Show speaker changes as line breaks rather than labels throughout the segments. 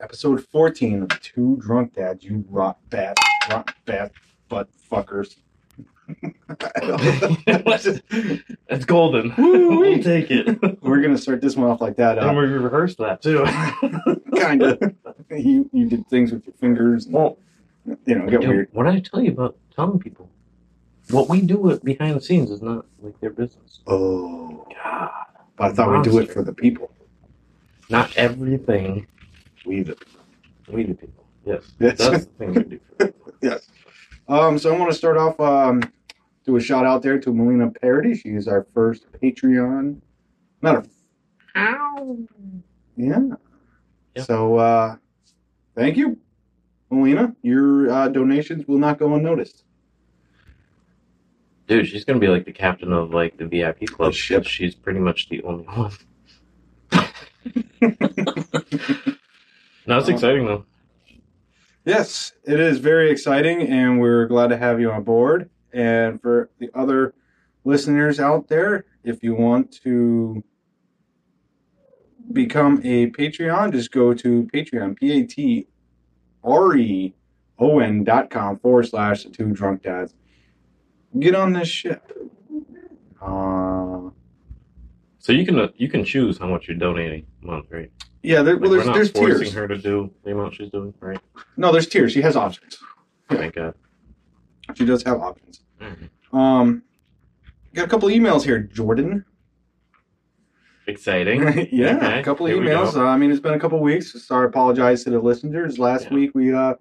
episode 14 of Two Drunk Dads, you rot bat, rot bat butt fuckers.
That's golden.
Woo-wee.
we'll take it. and
We're going to start this one off like that. Uh,
we rehearsed that too.
kind of. you, you did things with your fingers. And,
Well,
you know, it got
dude,
weird.
what did I tell you about telling people? What we do at- behind the scenes is not like their business.
Oh.
God.
But I thought we'd do it
Monster.
for the people.
Not everything
We the
we the people. Yes.
Yes.
That's the thing we do. For
Yes. Um, so I want to start off, um, do a shout out there to Melina Parody. She is our first Patreon. Not a. Yeah.
Yeah.
So uh, thank you, Melina. Your uh, donations will not go unnoticed.
Dude, she's gonna be like the captain of like the VIP club.
The ship.
She's pretty much the only one. no, it's
Oh.
exciting though.
Yes, it is very exciting, and we're glad to have you on board. And for the other listeners out there, if you want to become a Patreon, just go to Patreon, P A T R E O N dot com forward slash the two drunk dads. Get on this ship. Uh,
So you can uh, you can choose how much you're donating a month, right?
yeah, there,
Like,
well,
we're
there's,
not
there's
forcing
tiers.
her to do the amount she's doing, right?
No, there's tiers. She has options.
Thank God.
She does have options.
Mhm.
Um, got a couple emails here, Jordan.
Exciting.
yeah,
Okay,
a couple
here we
emails.
go.
Uh, I mean, it's been a couple weeks. So I apologize to the listeners. Last
Yeah.
week we, uh,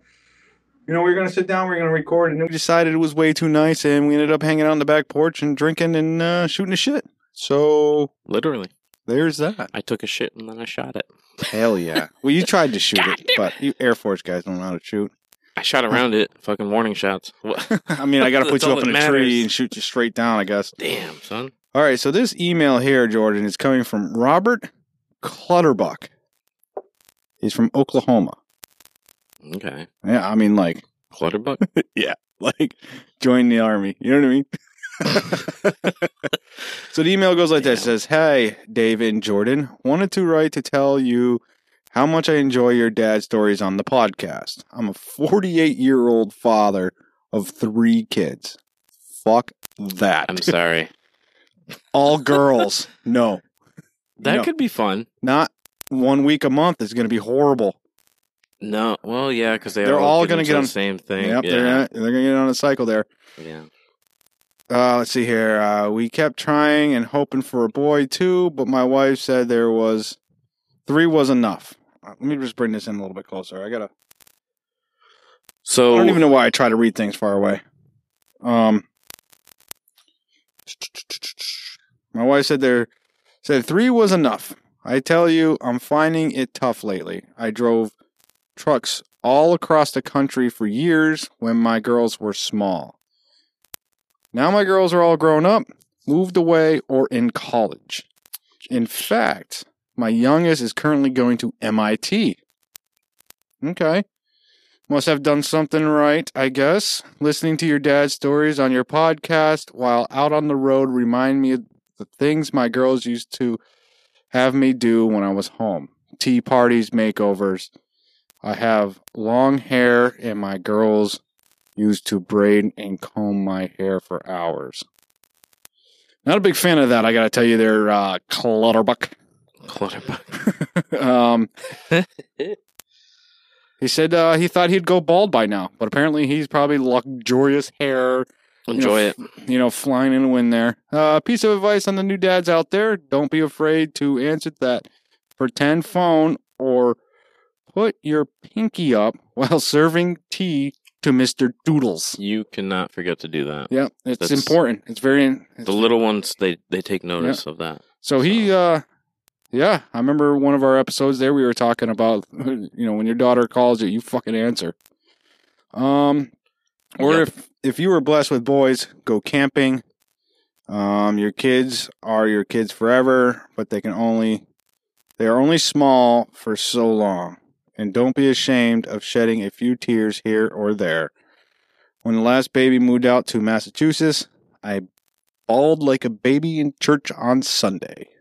you know, we were going to sit down, we were going to record, and then we decided it was way too nice, and we ended up hanging out on the back porch and drinking and uh, shooting the shit. So
Literally,
there's that.
I took a shit and then I shot it.
Hell yeah. well, you tried to shoot
God
it, but you Air Force guys don't know how to shoot.
I shot around it. Fucking warning shots. What?
I mean, I got to put
That's
you
all
up in a
that
tree
matters.
and shoot you straight down, I guess.
Damn, son.
All right, so this email here, Jordan, is coming from Robert Clutterbuck. He's from Oklahoma.
Okay.
Yeah, I mean, like,
Clutterbuck.
like join the army. You know what I mean? so the email goes like this:
Yeah.
says, "Hey, Dave and Jordan, wanted to write to tell you how much I enjoy your dad stories on the podcast. I'm a 48 year old father of three kids. Fuck that.
I'm sorry.
All girls. No,
That
No.
could be fun.
not one week a month is going to be horrible.
No. Well, yeah, because they
They're all gonna
into
get
the
on-
same thing.
Yep, they're
yeah.
gonna, they're going to get on a cycle there."
yeah.
Uh, let's see here. Uh, we kept trying and hoping for a boy too, but my wife said there was three was enough. Uh, Let me just bring this in a little bit closer. I gotta. I
So
don't even know why I try to read things far away. Um, my wife said there said three was enough. I tell you, I'm finding it tough lately. I drove trucks all across the country for years when my girls were small. Now my girls are all grown up, moved away, or in college. In fact, my youngest is currently going to MIT. Okay. Must have done something right, I guess. Listening to your dad's stories on your podcast while out on the road remind me of the things my girls used to have me do when I was home. Tea parties, makeovers. I have long hair and my girls used to braid and comb my hair for hours. Not a big fan of that, I gotta tell you there, uh, Clutterbuck.
Clutterbuck.
um, he said uh, he thought he'd go bald by now, but apparently he's probably luxurious hair,
Enjoy it.
you know, flying in the wind there. Uh, piece of advice on the new dads out there don't be afraid to answer that pretend phone or put your pinky up while serving tea to Mr. Doodles.
You cannot forget to do that.
Yeah, it's
That's-
important. It's very. It's
The little ones, they they take notice of that.
So he, uh, yeah, I remember one of our episodes there. We were talking about, you know, when your daughter calls you, you fucking answer. Um, or
Yep.
if if you were blessed with boys, go camping. Um, your kids are your kids forever, but they can only they are only small for so long. And don't be ashamed of shedding a few tears here or there. When the last baby moved out to Massachusetts, I bawled like a baby in church on Sunday.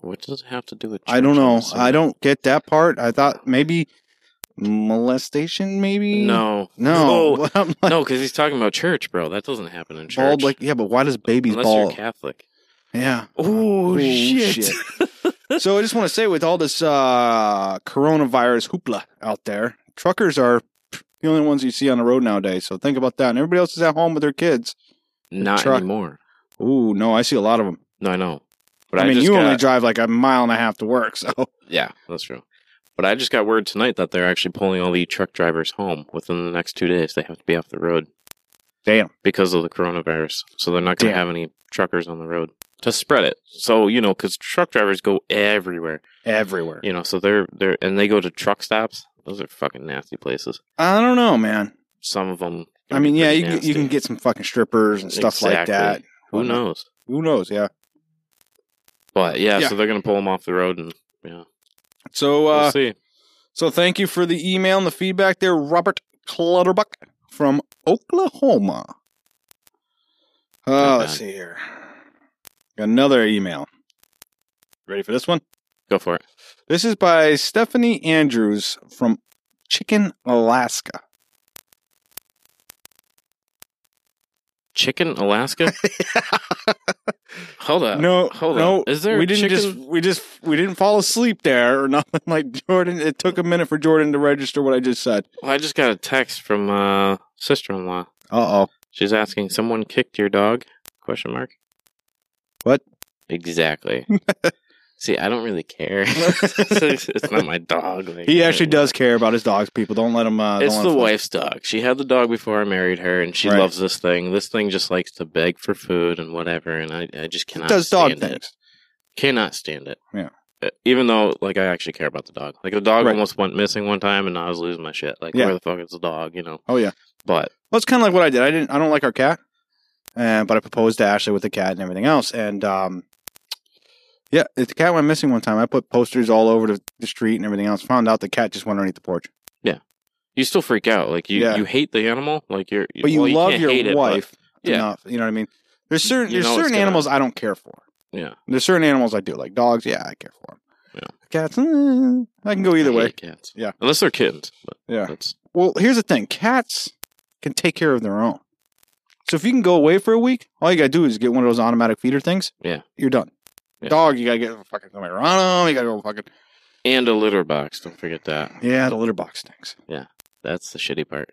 What does it have to do with?
I don't
church on
know.
a Sunday?
I don't get that part. I thought maybe molestation, maybe?
No,
No. I'm like,
no, because he's talking about church, bro. That doesn't happen in church.
bald like yeah, but why does babies
unless
bald?
you're Catholic.
Yeah.
Oh,
shit. so I just want to say, with all this uh, coronavirus hoopla out there, truckers are the only ones you see on the road nowadays. So think about that. And everybody else is at home with their kids.
Not
Truck.
anymore.
Ooh, no, I see a lot of them.
No, I know. But
I,
I,
mean,
just
you
got,
only drive like a mile and a half to work, so
yeah, that's true. But I just got word tonight that they're actually pulling all the truck drivers home within the next two days. They have to be off the road
damn.
because of the coronavirus. So they're not going to
Damn.
have any truckers on the road to spread it. So you know, because truck drivers go everywhere.
Everywhere.
You know, so they're they're and they go to truck stops. Those are fucking nasty places.
I don't know, man.
Some of them.
I mean, yeah, you, can- you can get uh, some fucking strippers and stuff like
Exactly.
that.
who knows.
Who knows? Yeah.
But yeah,
Yeah.
so they're gonna pull them off the road, and
So, uh,
we'll see.
so thank you for the email and the feedback there, Robert Clutterbuck from Oklahoma. Uh,
Not
let's
bad.
see here. Got another email. Ready for this one?
Go for it.
This is by Stephanie Andrews from Chicken, Alaska.
Chicken Alaska. hold up.
no,
Uh, hold
no,
on. Is there
we
a
didn't
chicken-
just we just we didn't fall asleep there or nothing like Jordan. It took a minute for Jordan to register what I just said.
Well, I just got a text from uh, sister-in-law.
Uh oh.
She's asking, "Someone kicked your dog?" Question mark.
What?
Exactly. See, I don't really care. it's, it's not my dog. like,
He actually
I-
does care about his dogs. People don't let him. Uh,
It's
don't
the
let him-
wife's dog. She had the dog before I married her, and she
Right.
loves this thing. This thing just likes to beg for food and whatever, and I, I just cannot.
does dog
stand it.
things.
Cannot stand it.
Yeah.
Uh, Even though, like, I actually care about the dog. Like, the dog
Right.
almost went missing one time, and I was losing my shit. Like,
Yeah.
where the fuck is the dog? You know.
Oh yeah.
But
Well, it's kind of like what I did. I didn't. I don't like our cat, uh, but I proposed to Ashley with the cat and everything else. And um, yeah, the cat went missing one time. I put posters all over the, the street and everything else. Found out the cat just went underneath the porch.
you still freak out. Like, you,
Yeah.
you hate the animal. Like, you're.
But you
well,
love
can't
your
hate it, but-
wife
yeah.
enough. You know what I mean? There's certain
You
there's
know it's
certain
gonna-
animals I don't care for.
Yeah.
There's certain animals I do like dogs. Yeah, I care for them.
Yeah.
Cats, eh, I can go either
I
way.
hate cats.
Yeah.
Unless they're kittens. But
Yeah.
That's,
Well, here's the thing: cats can take care of their own. So if you can go away for a week, all you gotta do is get one of those automatic feeder things.
Yeah.
you're done.
Yeah.
Dog, you gotta get fucking somebody around 'em, You gotta go fucking
and a litter box. Don't forget that.
yeah. The litter box stinks.
That's the shitty part.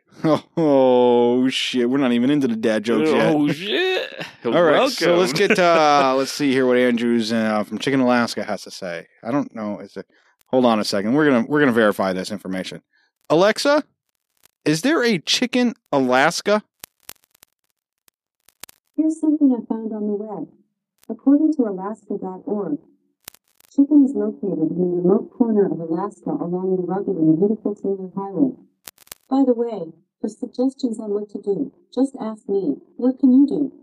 Oh, shit, we're not even into the dad jokes yet.
Oh shit!
All right,
Welcome.
so let's get uh, let's see here what Andrews uh, from Chicken Alaska has to say. I don't know. Is it? Hold on a second. We're gonna we're gonna verify this information. Alexa, is there a Chicken Alaska?
Here's something I found on the web. According to Alaska.org, chicken is located in a remote corner of Alaska along the rugged and beautiful Taylor Highway. By the way, for suggestions on what to do, just ask me, what can you do?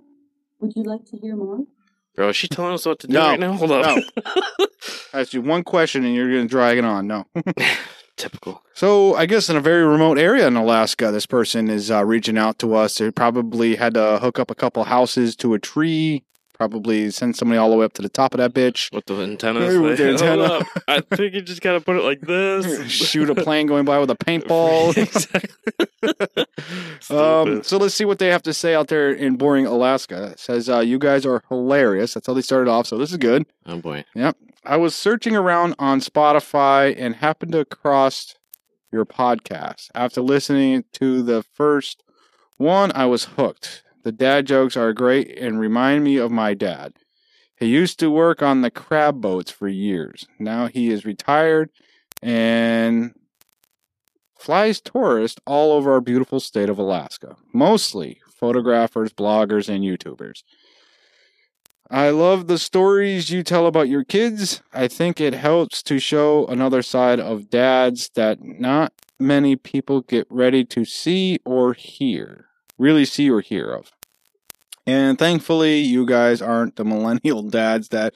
Would you like to hear more?
Bro, is she telling us what to do
No.
right now? Hold on.
I asked you one question and you're going to drag it on. No.
Typical.
So I guess in a very remote area in Alaska, this person is uh, reaching out to us. They probably had to hook up a couple houses to a tree. Probably send somebody all the way up to the top of that bitch.
What the antenna?
Hey, with the
Hold
antenna.
up. I think you just gotta put it like this.
Shoot a plane going by with a paintball.
Exactly.
Um,
Stupid.
so let's see what they have to say out there in boring Alaska. It says, uh, You guys are hilarious. That's how they started off. So this is good.
oh boy.
I was searching around on Spotify and happened across your podcast. After listening to the first one, I was hooked. The dad jokes are great and remind me of my dad. He used to work on the crab boats for years. Now he is retired and flies tourists all over our beautiful state of Alaska, mostly photographers, bloggers, and YouTubers. I love the stories you tell about your kids. I think it helps to show another side of dads that not many people get ready to see or hear. Really see or hear of. And thankfully, you guys aren't the millennial dads that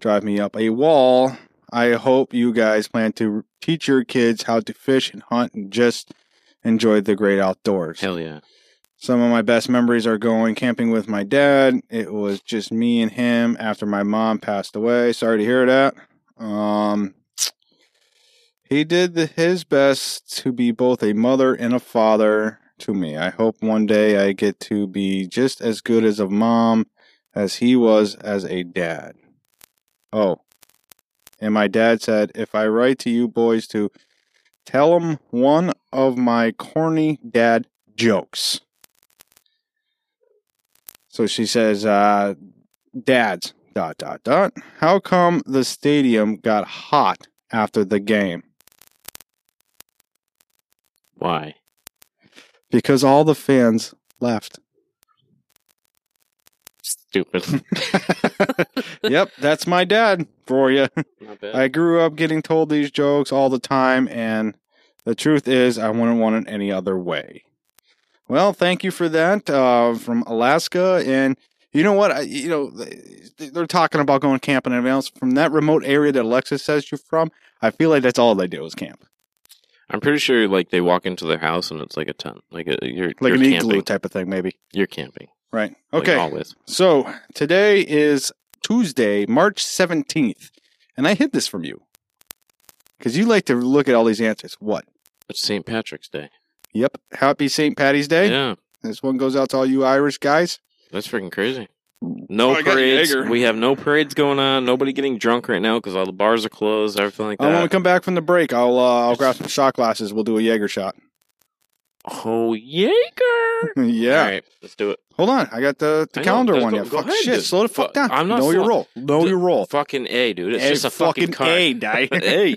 drive me up a wall. I hope you guys plan to teach your kids how to fish and hunt and just enjoy the great outdoors.
Hell yeah.
Some of my best memories are going camping with my dad. It was just me and him after my mom passed away. Sorry to hear that. Um, he did the- his best to be both a mother and a father to me. I hope one day I get to be just as good as a mom as he was as a dad. Oh, and my dad said, if I write to you boys to tell 'em one of my corny dad jokes. So she says, uh, dads, dot, dot, dot. How come the stadium got hot after the game?
Why?
Because all the fans left.
Stupid.
yep, that's my dad for you.
Not bad.
I grew up getting told these jokes all the time, and the truth is, I wouldn't want it any other way. Well, thank you for that uh, from Alaska, and you know what? I, you know they- they're talking about going camping and everything else from that remote area that Alexis says you're from. I feel like that's all they do is camp,
I'm pretty sure like they walk into their house and it's like a tent, like a you're
like
you're
an
camping.
igloo type of thing, maybe.
You're camping.
Right?
like,
Okay.
always.
So today is Tuesday, March 17th, and I hid this from you because you like to look at all these answers. What?
It's St. Patrick's Day.
Yep. Happy St. Patty's Day.
Yeah,
This one goes out to all you Irish guys.
that's freaking crazy. No
Oh, I got
parades.
Jaeger.
We have no parades going on. Nobody getting drunk right now because all the bars are closed. Everything like
Uh, when we
that.
come back from the break, I'll uh, I'll grab some shot glasses. We'll do a Jaeger shot.
Oh, Jaeger!
yeah.
All right, let's do it.
Hold on. I got the, the
I know.
calendar
Just
one.
go-
yet.
go
fuck
ahead,
shit.
dude.
Slow the fuck
Fuck.
down.
I'm not
know your
slow.
roll. Know
D-
your roll.
Fucking a, dude. It's
Hey,
just a fucking, car.
A, die.
hey,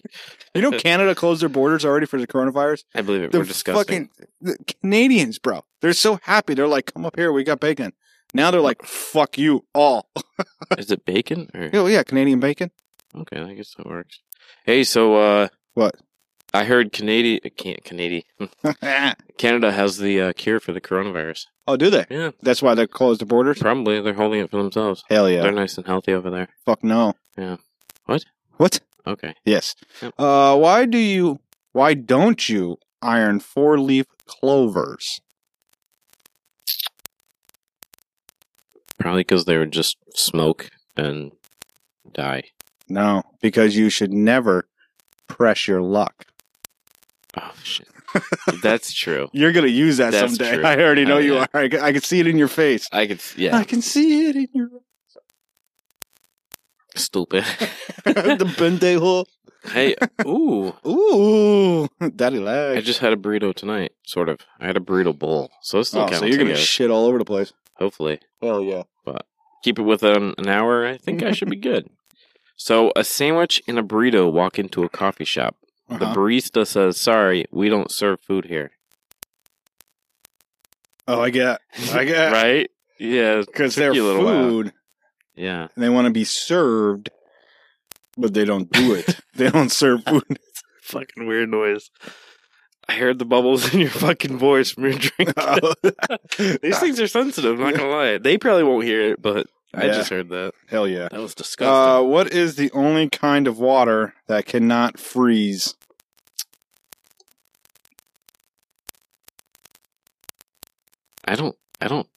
You know Canada closed their borders already for the coronavirus?
I believe it.
They're
We're disgusting.
fucking the Canadians, bro. They're so happy. They're like, come up here, we got bacon. Now they're like, fuck you all.
Is it bacon? Or...
Oh yeah, Canadian bacon.
Okay, I guess that works. Hey, so uh,
What?
I heard Canadian can't Canadian Canada has the uh, cure for the coronavirus.
oh, do they?
Yeah,
That's why they closed the borders?
probably they're holding it for themselves.
Hell yeah.
They're nice and healthy over there.
Fuck no.
Yeah. What?
What?
Okay,
Yes.
Yep.
Uh, why do you? Why don't you iron four-leaf clovers?
probably because they would just smoke and die.
No, because you should never press your luck.
Oh shit, that's true.
You're gonna use that
That's
someday.
true.
I already know
Oh,
you
yeah.
are. I can, I can see it in your face.
I could, yeah,
I can see it in your
stupid.
the pendejo.
hey, ooh,
Ooh, daddy lag.
I just had a burrito tonight, sort of. I had a burrito bowl, so it's still
oh,
counts.
so you're
I
gonna
guess.
shit all over the place.
Hopefully.
Hell yeah.
keep it within an hour, I think I should be good. So, a sandwich and a burrito walk into a coffee shop. The
Uh-huh.
barista says, "Sorry, we don't serve food here."
oh, I get. I get.
right? Yeah,
Because
took
they're
you a little while.
food.
yeah.
and they want to be served, but they don't do it. they don't serve food.
Fucking weird noise. I heard the bubbles in your fucking voice from your drink. These things are sensitive. I'm not gonna lie. They probably won't hear it, but I
Yeah.
just heard that.
Hell yeah.
That was
Uh,
disgusting.
what is the only kind of water that cannot freeze?
I don't. I don't.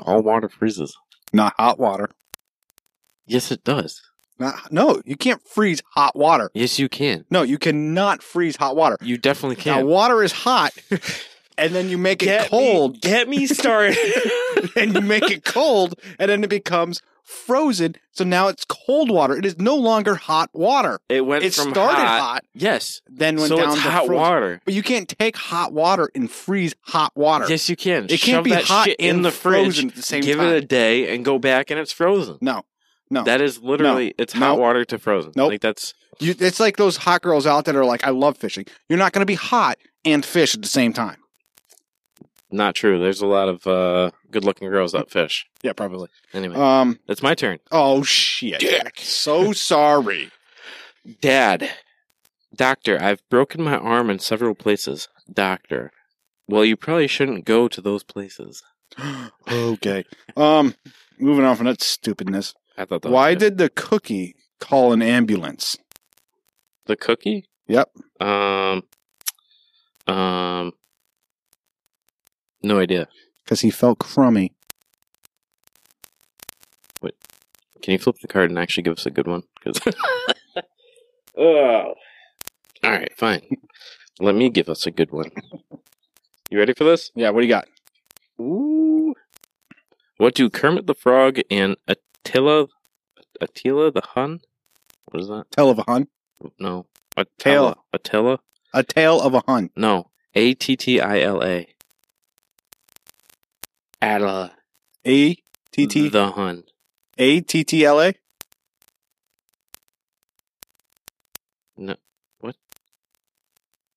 All water freezes.
Not hot water.
Yes, it does.
Not, no, you can't freeze hot water.
Yes, you can.
No, you cannot freeze hot water.
You definitely can.
Now, water is hot, and then you make it cold,
Me, get me started.
and you make it cold, and then it becomes frozen. So now it's cold water. It is no longer hot water.
it went
It
from
started hot,
hot, Yes.
then went
so
down
it's
to
hot
frozen.
water.
But you can't take hot water and freeze hot water.
Yes, you can.
it
Shove
can't be
that
hot
shit in
and
the fridge.
frozen at the same
give
time.
it a day and go back, and it's frozen.
no, no.
That is literally it's hot
Nope.
water to frozen.
Nope.
Like that's
You, it's like those hot girls out there that are like, I love fishing. You're not going to be hot and fish at the same time.
not true. There's a lot of uh, good-looking girls that fish.
Yeah, probably.
Anyway,
Um.
it's my turn.
Oh shit.
Dick.
So sorry.
Dad, doctor, I've broken my arm in several places. Doctor, well, you probably shouldn't go to those places.
okay. Um. Moving on from that stupidness.
I thought that. was
Why
good.
did the cookie call an ambulance?
the cookie?
Yep.
Um. Um. No idea.
Because he felt crummy.
Can you flip the card and actually give us a good one? 'Cause- Oh. All right, fine. Let me give us a good one. You ready for this?
Yeah, what do you got?
Ooh. What do Kermit the Frog and Attila Attila the Hun? What is that?
Tale of a Hun.
No. Attila. Attila?
A tale of a Hun.
No. A T T I L A. Attila.
A T T
The Hun.
A T T L A.
No. What?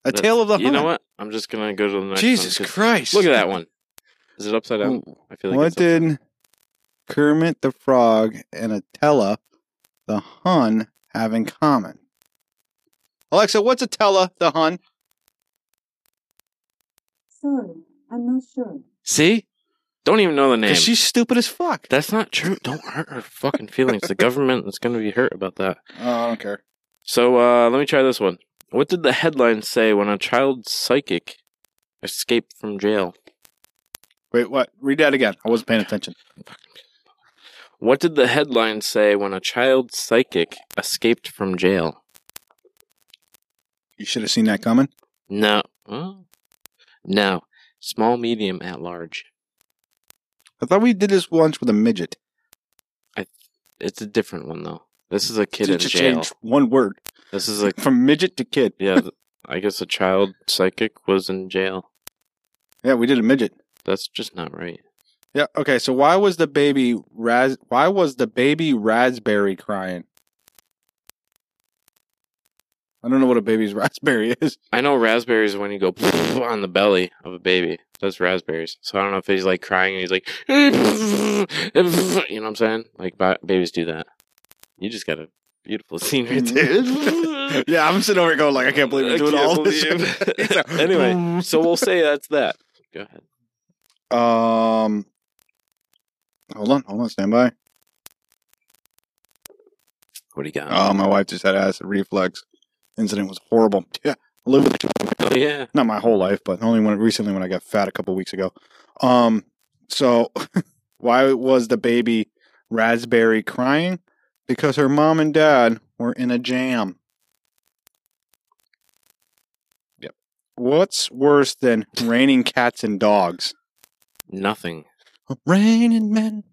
A tale of the
You
Hun.
know what? I'm just gonna go to the next
Jesus
one, 'cause-
Christ!
Look at that one. Is it upside down? I feel like
What
it's upside-
did Kermit the Frog and Attila the Hun have in common? Alexa, what's Attila the Hun?
Sorry, I'm not sure.
See? Don't even know the name.
Because she's stupid as fuck.
That's not true. Don't hurt her fucking feelings. The government is going to be hurt about that.
Oh, I don't care.
So uh, let me try this one. What did the headline say when a child psychic escaped from jail?
Wait, what? Read that again. I wasn't paying attention.
What did the headline say when a child psychic escaped from jail?
You should have seen that coming.
No. Huh? No. Small, medium, at large.
I thought we did this once with a midget.
It's a different one though. This is a kid in
Just
jail.
change one word
This is a
from midget to kid.
yeah. th- I guess a child psychic was in jail.
Yeah, we did a midget.
That's just not right.
Yeah. Okay. So why was the baby ras? Why was the baby raspberry crying? I don't know what a baby's raspberry is.
I know raspberries are when you go on the belly of a baby. That's raspberries. So I don't know if he's like crying and he's like, you know what I'm saying? Like ba- babies do that. You just got a beautiful scene right there.
yeah, I'm sitting over here going like, I can't believe
I
we're doing
can't
all this.
believe-
He's like,
anyway, so we'll say that's that. Go ahead.
um, hold on, hold on, stand by.
What do you got?
Oh, my wife just had acid reflux. Incident was horrible. Yeah, I live with
Oh, yeah.
not my whole life, but only when recently when I got fat a couple weeks ago. Um, so why was the baby raspberry crying? Because her mom and dad were in a jam. Yep. What's worse than raining cats and dogs?
Nothing.
Raining men.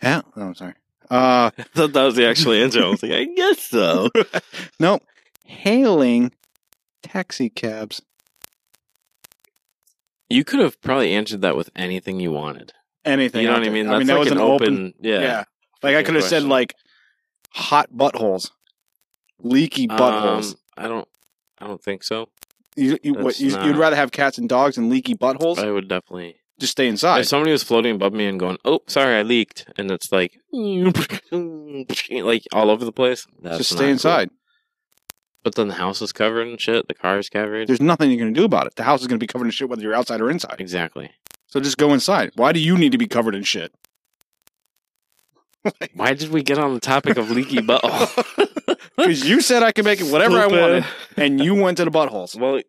Yeah. Oh, I'm sorry. Uh,
I thought that was the actual answer. I was like, I guess so.
nope. Hailing taxi cabs.
You could have probably answered that with anything you wanted.
Anything.
You know
out
what I
there.
mean?
I mean,
That's
that
like
was
an
an open
yeah.
Yeah. Like I
freaking
could have said
question.
like hot buttholes, leaky buttholes.
Um, I don't. I don't think so.
you, you, what,
that's
you,
not-
would rather have cats and dogs and leaky buttholes?
I would definitely.
Just stay inside.
If somebody was floating above me and going, "Oh, sorry, I leaked," and it's like, like all over the place, that's
Just
not
stay
cool.
inside.
But then the house is covered and shit. The car is covered.
There's nothing you're gonna do about it. The house is gonna be covered in shit whether you're outside or inside.
Exactly.
So just go inside. Why do you need to be covered in shit?
Why did we get on the topic of leaky butthole?
Because you said I could make it whatever I
Stupid.
wanted, and you went to the buttholes.
Well,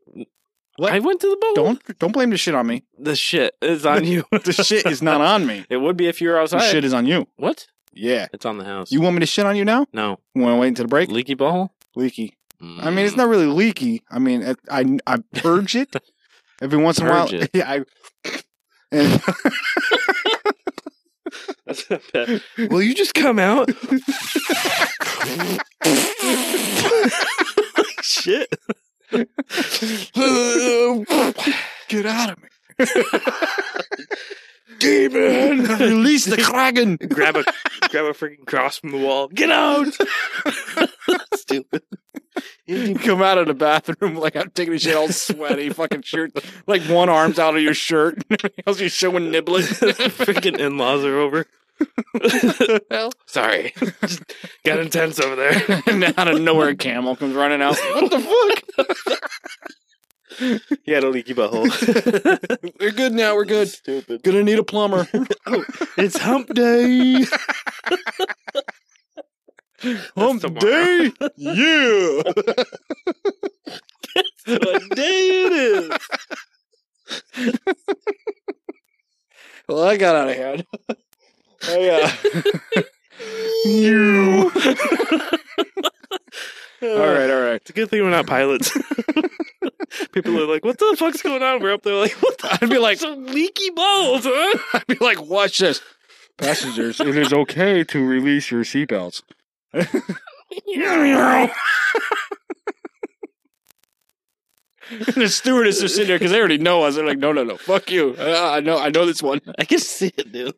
What?
I went to the bowl.
Don't don't blame the shit on me.
The shit is on you.
The shit is not on me.
It would be if you were
The
outside.
shit is on you.
What?
Yeah.
It's on the house.
You want me to shit on you now?
no
Want to wait until the break?
leaky butthole. Mm.
Leaky. I mean, it's not really leaky. I mean, I I, I purge it every once in a while.
Purge it.
Yeah, I. And
That's not bad. Will you just come out? Shit.
get out of me!
Demon!
Release the kraken!
grab a grab a freaking cross from the wall. Get out! Stupid.
You come out of the bathroom like I'm taking a shit, all sweaty, fucking shirt, like one arm's out of your shirt, and everything else you're showing nibbling.
freaking in laws are over. Sorry. Just got intense over there.
and out of nowhere, a camel comes running out. What the fuck?
He had a leaky butthole.
We're good now. We're good.
Stupid.
Gonna need a plumber.
It's hump day.
Hump
tomorrow.
day. Yeah.
what day it is.
Well, I got out of hand. I, uh, you.
All
All
good thing we're not pilots. People are like, "What the fuck's going on?" We're up there like, "What?" The
I'd be like-
Some leaky balls, huh?
I'd be like, watch this. Passengers, it is okay to release your seatbelts. and the stewardess is sitting there because they already know us. They're like, no, no, no, fuck you. Uh, I know, I know this one.
I can see it, dude.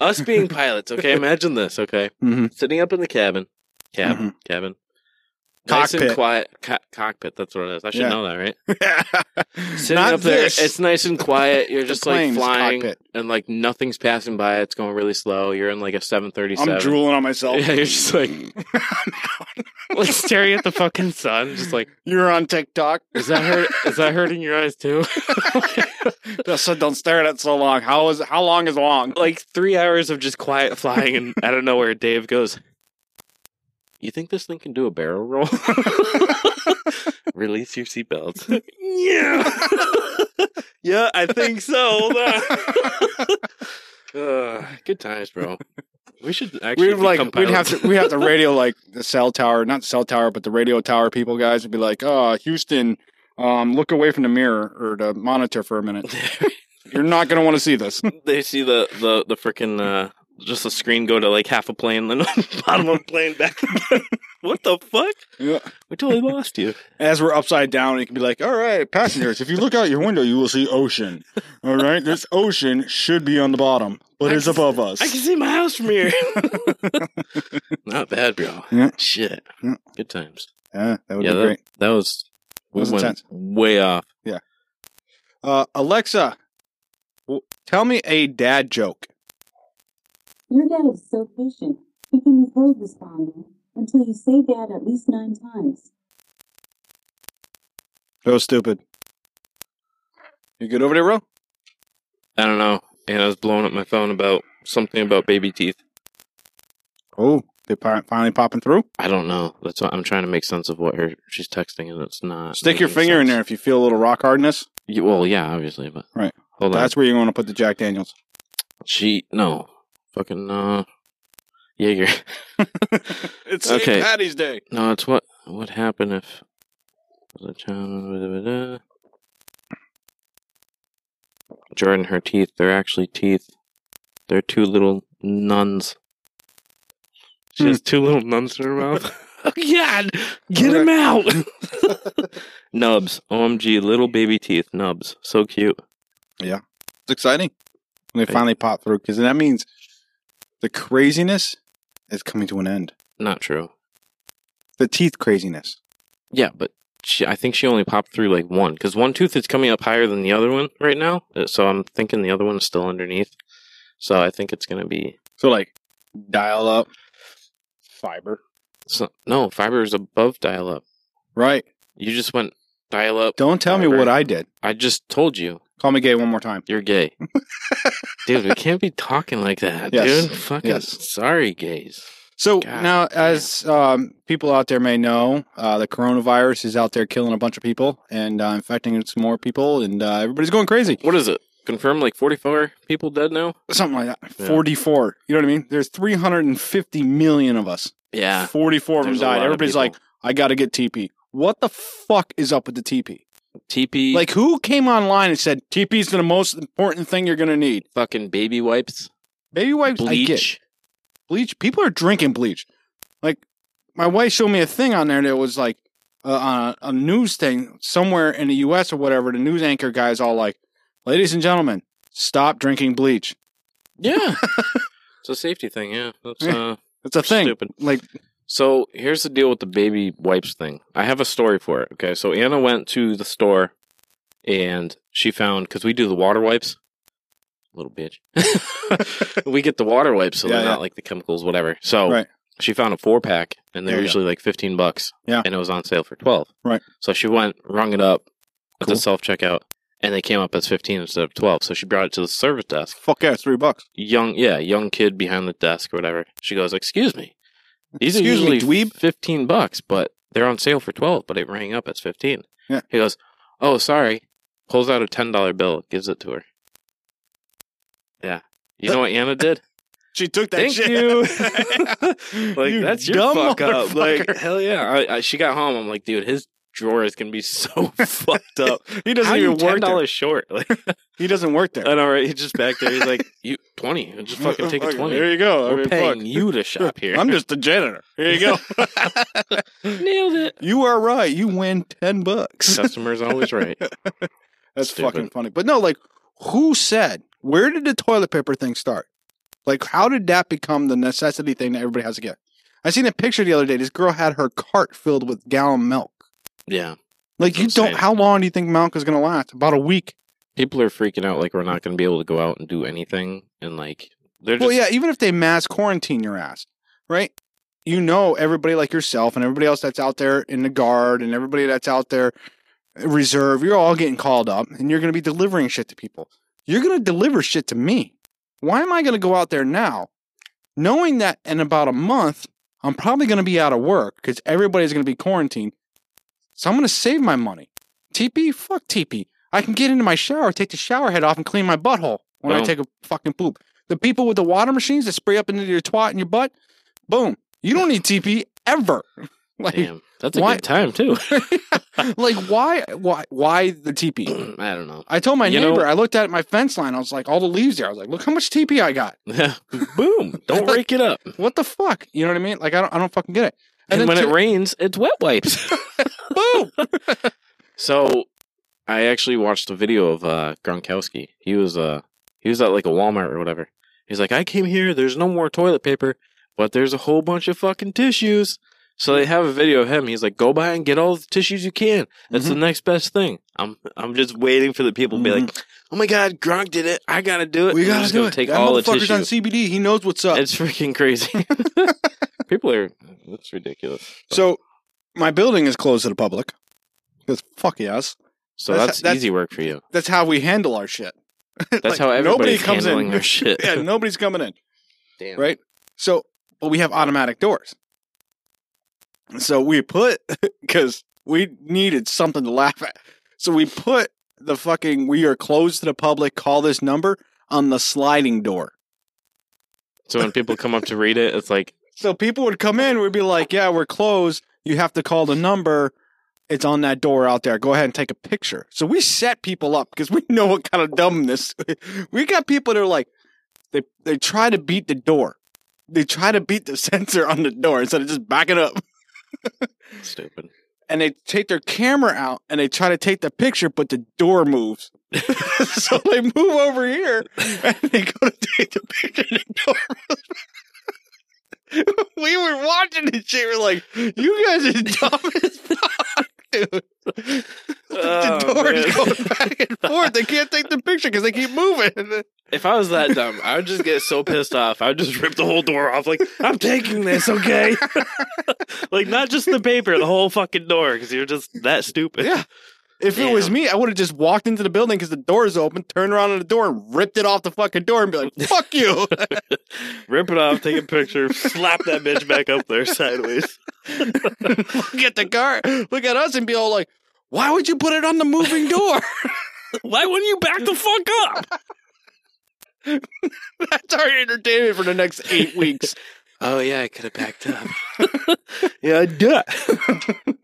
Us being pilots, okay? Imagine this, okay?
Mhm.
Sitting up in the cabin, cab,
Mhm.
cabin, nice
Cockpit.
and quiet co- cockpit. That's what it is. I should
Yeah.
know that, right? Sitting
Not
up there,
this.
it's nice and quiet. You're
The
just like
plane's
flying,
cockpit.
and like nothing's passing by. It's going really slow. You're in like a seven
I'm
thirty-seven.
drooling on myself.
Yeah, you're just like like staring at the fucking sun, just like
You're on TikTok.
is that hurt? Is that hurting your eyes too?
Just said, don't stare at it so long. How is how long is long?
like three hours of just quiet flying, and I don't know where Dave goes. You think this thing can do a barrel roll? Release your seatbelts.
Yeah.
yeah, I think so. uh, good times, bro. We should actually
we'd like
become
we'd have
pilots.
to we would have to radio like the cell tower, not cell tower, but the radio tower people guys would be like, "Oh, Houston, um, look away from the mirror or the monitor for a minute. You're not gonna want to see this."
they see the the the freaking uh, just the screen go to like half a plane, then bottom of a plane back. again. what the fuck?
Yeah.
We totally lost you.
As we're upside down, it can be like, "All right, passengers, if you look out your window, you will see ocean. All right, this ocean should be on the bottom, but it's above us."
I can see my house from here. Not bad, bro.
Yeah.
Shit.
Yeah.
Good times.
yeah, that would
yeah,
be
that,
great.
that was we
was
went
intense.
way off.
Uh, Alexa, w- tell me a dad joke.
Your dad is so patient, he can withhold responding until you say dad at least nine times.
Oh, stupid. You good over there, bro?
I don't know. And I was blowing up my phone about something about baby teeth.
Oh, they pi- finally popping through.
I don't know. That's what I'm trying to make sense of what her she's texting, and it's not.
Stick your
making
finger in
sense.
there if you feel a little rock hardness.
You- well, yeah, obviously, but
Right.
Hold on.
That's where you're going to put the Jack Daniels.
She no fucking uh Jaeger.
It's
St. Okay.
Patty's Day.
No, it's what what happened if the town- Jordan her teeth, they're actually teeth. They're two little nuns. She has two little nuns in her mouth. oh god! Get them out! nubs. OMG, little baby teeth, nubs. So cute.
It's exciting when they
Hey.
finally pop through because that means the craziness is coming to an end.
Not true.
The teeth craziness.
Yeah, but she, I think she only popped through like one because one tooth is coming up higher than the other one right now. Uh, So I'm thinking the other one is still underneath. So I think it's gonna be
So like dial up fiber.
so, no fiber is above dial up.
Right.
You just went dial up.
Don't tell me
Fiber.
what I did.
I just told you
Call me gay one more time.
you're gay, dude. We can't be talking like that,
Yes.
dude. Fucking
Yes.
sorry, gays.
So
God
now,
damn.
as um, people out there may know, uh, the coronavirus is out there killing a bunch of people and uh, infecting some more people, and uh, everybody's going crazy.
What is it? Confirmed like 44 people dead now.
Something like that.
Yeah.
44. You know what I mean? There's 350 million of us.
Yeah,
44 of them
there's a lot
died.
of
Everybody's
people.
like, I got to get TP. What the fuck is up with the TP?
TP
Like, who came online and said, TP is the most important thing you're going to need?
fucking baby wipes,
Baby wipes, I get.
bleach.
bleach. People are drinking bleach. Like my wife showed me a thing on there that was like uh, on a, a news thing somewhere in the U.S. or whatever. The news anchor guys all like, "Ladies and gentlemen, stop drinking bleach."
Yeah. it's a safety thing, yeah. That's
Yeah,
uh
It's a thing.
Stupid.
Like
so here's the deal with the baby wipes thing. I have a story for it. Okay, so Anna went to the store and she found because we do the water wipes. Little bitch. we get the water wipes, so
Yeah,
they're
yeah.
not like the chemicals, whatever. So
Right.
she found a four pack and
There
they're
you go.
usually like fifteen bucks.
Yeah.
And it was on sale for twelve.
Right.
So she went, rung it up at
Cool.
the self checkout, and they came up as fifteen instead of twelve. So she brought it to the service desk.
fuck yeah, it's three bucks.
young yeah young kid behind the desk or whatever she goes excuse me these are
Excuse me,
usually
dweeb."
15 bucks but they're on sale for 12 but it rang up as 15
Yeah.
he goes oh sorry pulls out a $10 bill gives it to her yeah you know what anna did
She took that
thank
shit.
you like
You
that's your
dumb
fuck up like
motherfucker.
hell yeah I, I, she got home i'm like dude his drawer is gonna be so fucked up.
He doesn't
How you
even work there.
$10 short. Like,
He doesn't work there.
I know, right? He's just back there. He's like, "You twenty? Just fucking take a
Okay,
twenty.
There you go. I
We're
mean,
paying
fuck.
you to shop here."
I'm just a janitor. Here you go.
nailed it.
you are right. You win ten bucks.
Customer's always right.
That's
Stupid.
fucking funny. But no, like, who said? Where did the toilet paper thing start? Like, how did that become the necessity thing that everybody has to get? I seen a picture the other day. This girl had her cart filled with gallon milk.
Yeah,
Like, you
Insane.
don't. How long do you think milk is gonna last? About a week.
people are freaking out like we're not gonna be able to go out and do anything, and like they're just
Well, yeah. Even if they mass quarantine your ass, right? You know, everybody like yourself and everybody else that's out there in the guard and everybody that's out there reserve. You're all getting called up, and you're gonna be delivering shit to people. You're gonna deliver shit to me. Why am I gonna go out there now, knowing that in about a month I'm probably gonna be out of work because everybody's gonna be quarantined. So I'm gonna save my money. TP, fuck TP. I can get into my shower, take the shower head off, and clean my butthole when I
Boom.
take a fucking poop. The people with the water machines that spray up into your twat and your butt, boom. You don't need TP ever. Like,
damn. That's a
why-
good time too.
like why, why, why the TP?
I don't know.
I told my
You know-
neighbor. I looked at my fence line. I was like, all the leaves there. I was like, look how much TP I got.
Boom! Don't rake it up.
What the fuck? You know what I mean? Like, I don't, I don't fucking get it.
And,
then
when
two-
it rains, it's wet wipes.
boom.
so I actually watched a video of uh, Gronkowski. He was uh he was at like a Walmart or whatever. He's like, I came here. There's no more toilet paper, but there's a whole bunch of fucking tissues. So they have a video of him. He's like, go buy and get all the tissues you can. That's
Mm-hmm.
the next best thing. I'm I'm just waiting for the people to be like, oh my god, Gronk did it. I gotta do it.
Mm-hmm. We
I'm
gotta
just
do
gonna
it.
Take
that
all the
motherfucker's
tissues.
on CBD. He knows what's up.
It's freaking crazy. people are. That's ridiculous.
so, my building is closed to the public. Because fuck yes,
So
That's-
that's,
that's-
easy work for you.
that's how we handle our shit.
That's
Like,
how
nobody
everybody's
comes in.
handling their shit.
yeah, nobody's coming in.
Damn.
right? So, but we have automatic doors. So we put because we needed something to laugh at. So we put the fucking we are closed to the public. Call this number on the sliding door.
So when people come up to read it, it's like,
So people would come in. We'd be like, "Yeah, we're closed. You have to call the number. It's on that door out there. Go ahead and take a picture." So we set people up because we know what kind of dumbness we got. People that are like, they they try to beat the door. They try to beat the sensor on the door instead of just backing up.
stupid.
and they take their camera out and they try to take the picture, but the door moves. so they move over here and they go to take the picture. And the door moves. we were watching this shit. We're like, you guys are dumb as fuck, dude. the
Oh,
door is
man.
going back and forth. They can't take the picture because they keep moving.
If I was that dumb, I would just get so pissed off. I would just rip the whole door off. Like, I'm taking this, okay? like, not just the paper, the whole fucking door, because you're just that stupid.
Yeah. If it was
Damn.
me, I would have just walked into the building because the door is open, turned around on the door, and ripped it off the fucking door and be like, fuck you.
Rip it off, take a picture, slap that bitch back up there sideways.
look at the car, look at us, and be all like, "Why would you put it on the moving door?
Why wouldn't you back the fuck up?
That's our entertainment for the next eight weeks."
Oh, yeah, I could have backed up. yeah, I did.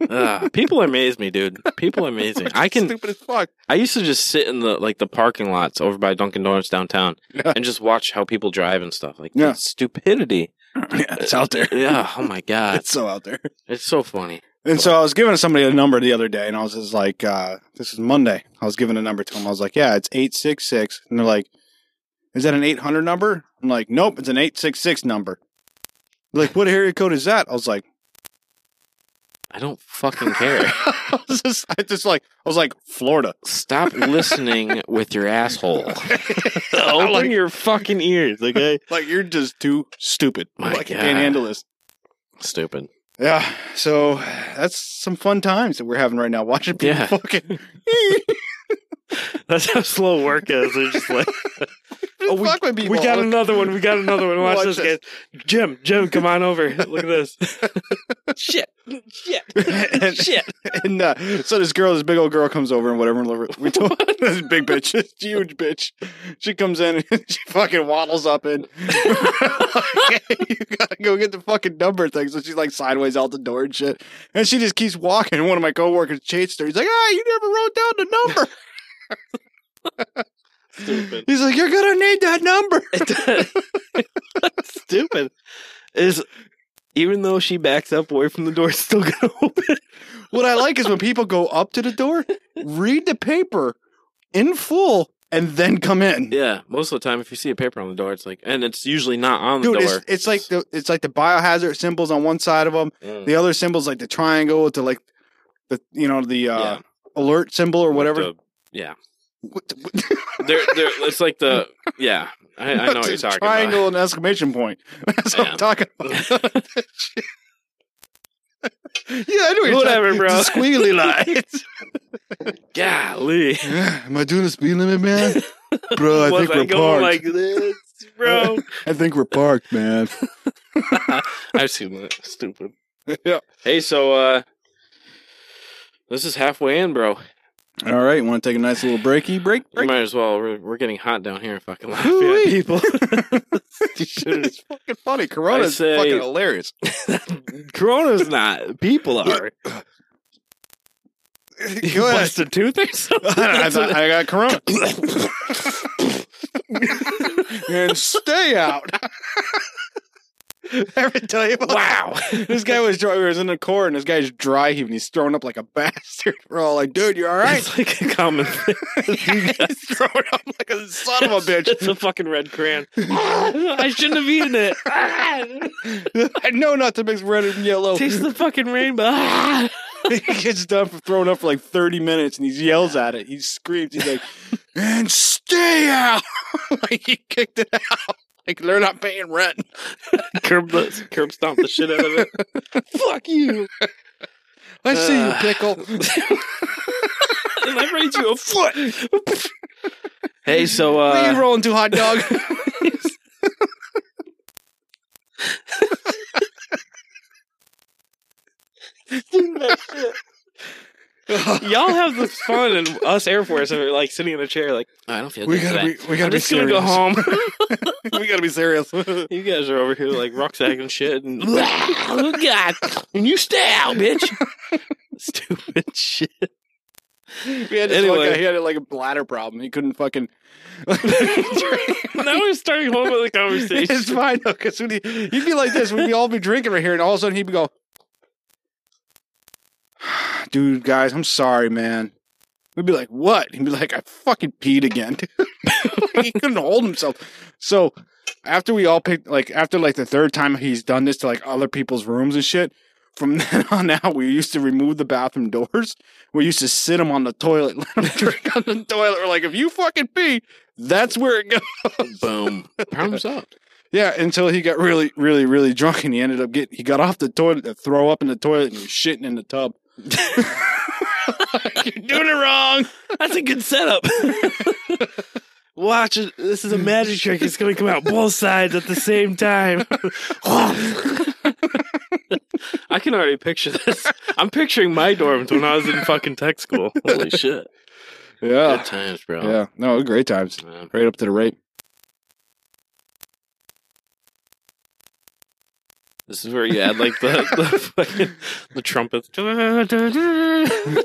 Ah, people amaze me, dude. People amaze me. I can
stupid as fuck.
I used to just sit in the like the parking lots over by Dunkin' Donuts downtown
Yeah.
and just watch how people drive and stuff. Like
Yeah.
it's stupidity.
Yeah, it's out there.
Yeah. Oh my god.
It's so out there.
It's so funny.
And so I was giving somebody a number the other day, and I was just like, uh, "This is Monday." I was giving a number to him. I was like, "Yeah, it's 866. and they're like, "Is that an eight hundred number?" I'm like, "Nope, it's an eight six six number." They're like, what area code is that? I was like,
I don't fucking care.
I was just, I just like, I was like, Florida.
Stop listening with your asshole. Open
Like-
your fucking ears, okay?
Like you're just too stupid.
My
like I can't
God.
handle this.
Stupid.
Yeah, so that's some fun times that we're having right now watching people
Yeah. Oh,
fucking
That's how slow work is. They're just like,
don't
we,
fuck with people.
we got another one. We got another one. Watch,
Watch
this,
this.
guys. Jim, Jim, come on over. Look at this. shit, shit,
And-
shit.
and uh, so this girl, this big old girl, comes over and whatever. And whatever. we told this big bitch, this huge bitch. She comes in and she fucking waddles up in. okay, you gotta go get the fucking number thing. So she's like sideways out the door and shit, and she just keeps walking. And one of my coworkers chased her. He's like, "Ah, you never wrote down the number."
Stupid.
He's like, "You're gonna need that number."
Stupid. Is even though she backs up away from the door, it's still gonna open.
What I like is when people go up to the door, read the paper in full, and then come in.
Yeah, most of the time, if you see a paper on the door, it's like, and it's usually not on the
Dude,
door.
it's, it's like the it's like the biohazard symbols on one side of them.
Mm.
The other symbols like the triangle with the like the you know the uh,
Yeah.
alert symbol or whatever.
The- yeah,
What the- what-
they're, they're, it's like the yeah. I, I know what you're
It's a
talking
triangle and exclamation point. That's what
Yeah.
I'm talking about.
about.
Yeah, I know what you're
Whatever,
talking-
bro.
it's a Squiggly lines.
Golly,
Yeah, Am I doing a speed limit, man? Bro, I
was
think
Oh, I
we're
going
parked.
like this, bro?
I think we're parked, man.
I've seen that. Stupid.
yeah.
Hey, so uh, this is halfway in, bro.
All right, you want to take a nice little breaky break?
We
break?
might as well. We're, we're getting hot down here in fucking
Ooh-wee.
Lafayette, people. Shit
it's fucking funny. Corona
I
is
say-
fucking hilarious.
Corona's not. People are. You
Go ahead.
bust a tooth or something.
I,
That's
thought
what-
I got corona. and stay out. I ever tell you about
wow.
This guy was dry, he was in the core, and this guy's dry heaving. He's thrown up like a bastard. We're all like, "Dude, you all right?"
It's like a common thing.
he's thrown up like a son of a
It's
bitch.
a fucking red crayon. Ah, I shouldn't have eaten it. Ah,
I know not to mix red and yellow.
Taste the fucking rainbow. Ah.
he gets done for throwing up for like 30 minutes and he yells at it. He screams. He's like, and stay out. like he kicked it out. Like they're not paying rent.
curb the curb stomp the shit out of it. Fuck you.
I see you,
Uh.
pickle.
And I raise you a foot. hey, so
What are you
uh
rolling too, hot dog?
y'all have this fun and us Air Force are like sitting in a chair like I don't feel
we
good.
gotta
today.
be. We gotta
I'm
be
just gonna go
serious.
home.
we gotta be serious.
you guys are over here like rucksack and shit and oh god. And you stay out, bitch. Stupid shit.
We had this
Anyway.
one guy, he had like a bladder problem. He couldn't fucking.
now we're starting whole other conversation.
it's fine though, because he, he'd be like this. We'd all be drinking right here, and all of a sudden he'd be go, "Dude, guys, I'm sorry, man." We'd be like, "What?" He'd be like, "I fucking peed again." he couldn't hold himself. So after we all picked, like after like the third time he's done this to like other people's rooms and shit. From then on out, we used to remove the bathroom doors. We used to sit him on the toilet, let him drink on the toilet. We're like, if you fucking pee, that's where it goes.
Boom. Problems up.
Yeah, until he got really, really, really drunk, and he ended up getting he got off the toilet to throw up in the toilet and he was shitting in the tub. You're doing it wrong.
That's a good setup. Watch it. This is a magic trick. It's going to come out both sides at the same time. I can already picture this. I'm picturing my dorms when I was in fucking tech school. Holy shit.
Yeah,
Good times, bro.
yeah. No, great times.
Man.
Right up to the rape.
This is where you add like the, the fucking the trumpets. and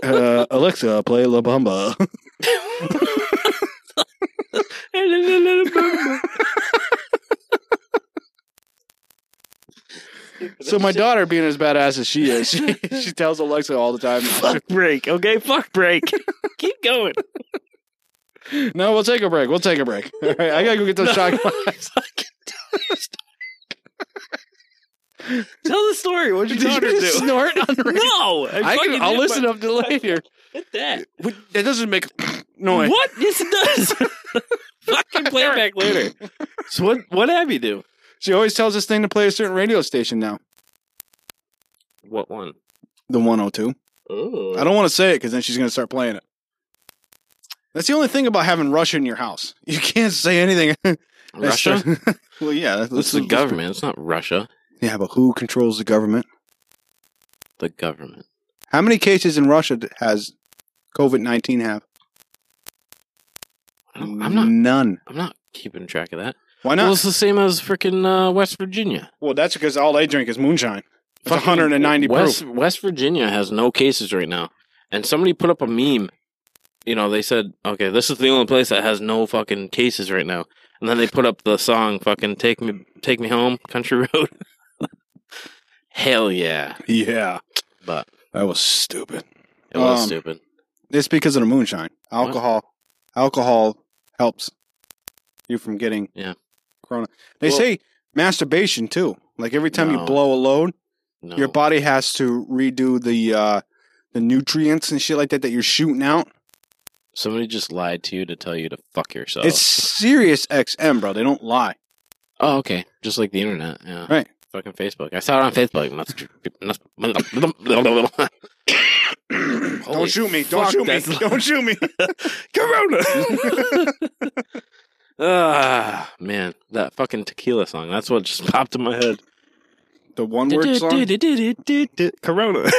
Uh, Alexa, play La Bamba.
then the little boom.
so my daughter, being as badass as she is, she, she tells Alexa all the time,
fuck break. Okay, fuck break. Keep going.
"No, we'll take a break. We'll take a break. All right, I gotta go get those shot glasses."
Tell the story. What'd
Did
your daughter
you just
do?
snort on the radio?
No,
I can, I'll listen up to later.
At that.
What- That doesn't make noise.
What? Yes, it does. Fucking play it back later. So what? What Abby do?
She always tells this thing to play a certain radio station now.
What one?
The 102.
Oh,
I don't want to say it because then she's going to start playing it. That's the only thing about having Russia in your house. You can't say anything. That's
Russia?
the- well, yeah, that's,
It's the government. It's not Russia.
Yeah, but who controls the government?
The government.
How many cases in Russia d- has COVID nineteen have?
I don't- I'm not.
None.
I'm not keeping track of that.
Why
Well,
not?
it's the same as freaking uh, West Virginia.
Well, that's because all they drink is moonshine. It's
Fucking
190
West,
proof.
West Virginia has no cases right now, and somebody put up a meme. You know, they said, "Okay, this is the only place that has no fucking cases right now," and then they put up the song "Fucking Take Me, Take Me Home, Country Road." Hell yeah,
Yeah,
but
that was stupid.
it was
Um,
stupid.
It's because of the moonshine. Alcohol. Alcohol helps you from getting
Yeah.
corona. They
Well-
say masturbation too. Like every time
No.
you blow a load,
No,
your body has to redo the uh, the nutrients and shit like that that you're shooting out.
somebody just lied to you to tell you to fuck yourself.
It's serious XM, bro. They don't lie.
Oh, okay. Just like the internet. Yeah.
Right.
Fucking Facebook. I saw it on Facebook. That's, that's,
don't shoot me. Don't
fuck,
shoot me.
that's-
Don't shoot me.
Corona. ah, man. That fucking tequila song. That's what just popped in my head.
The one word song.
Corona.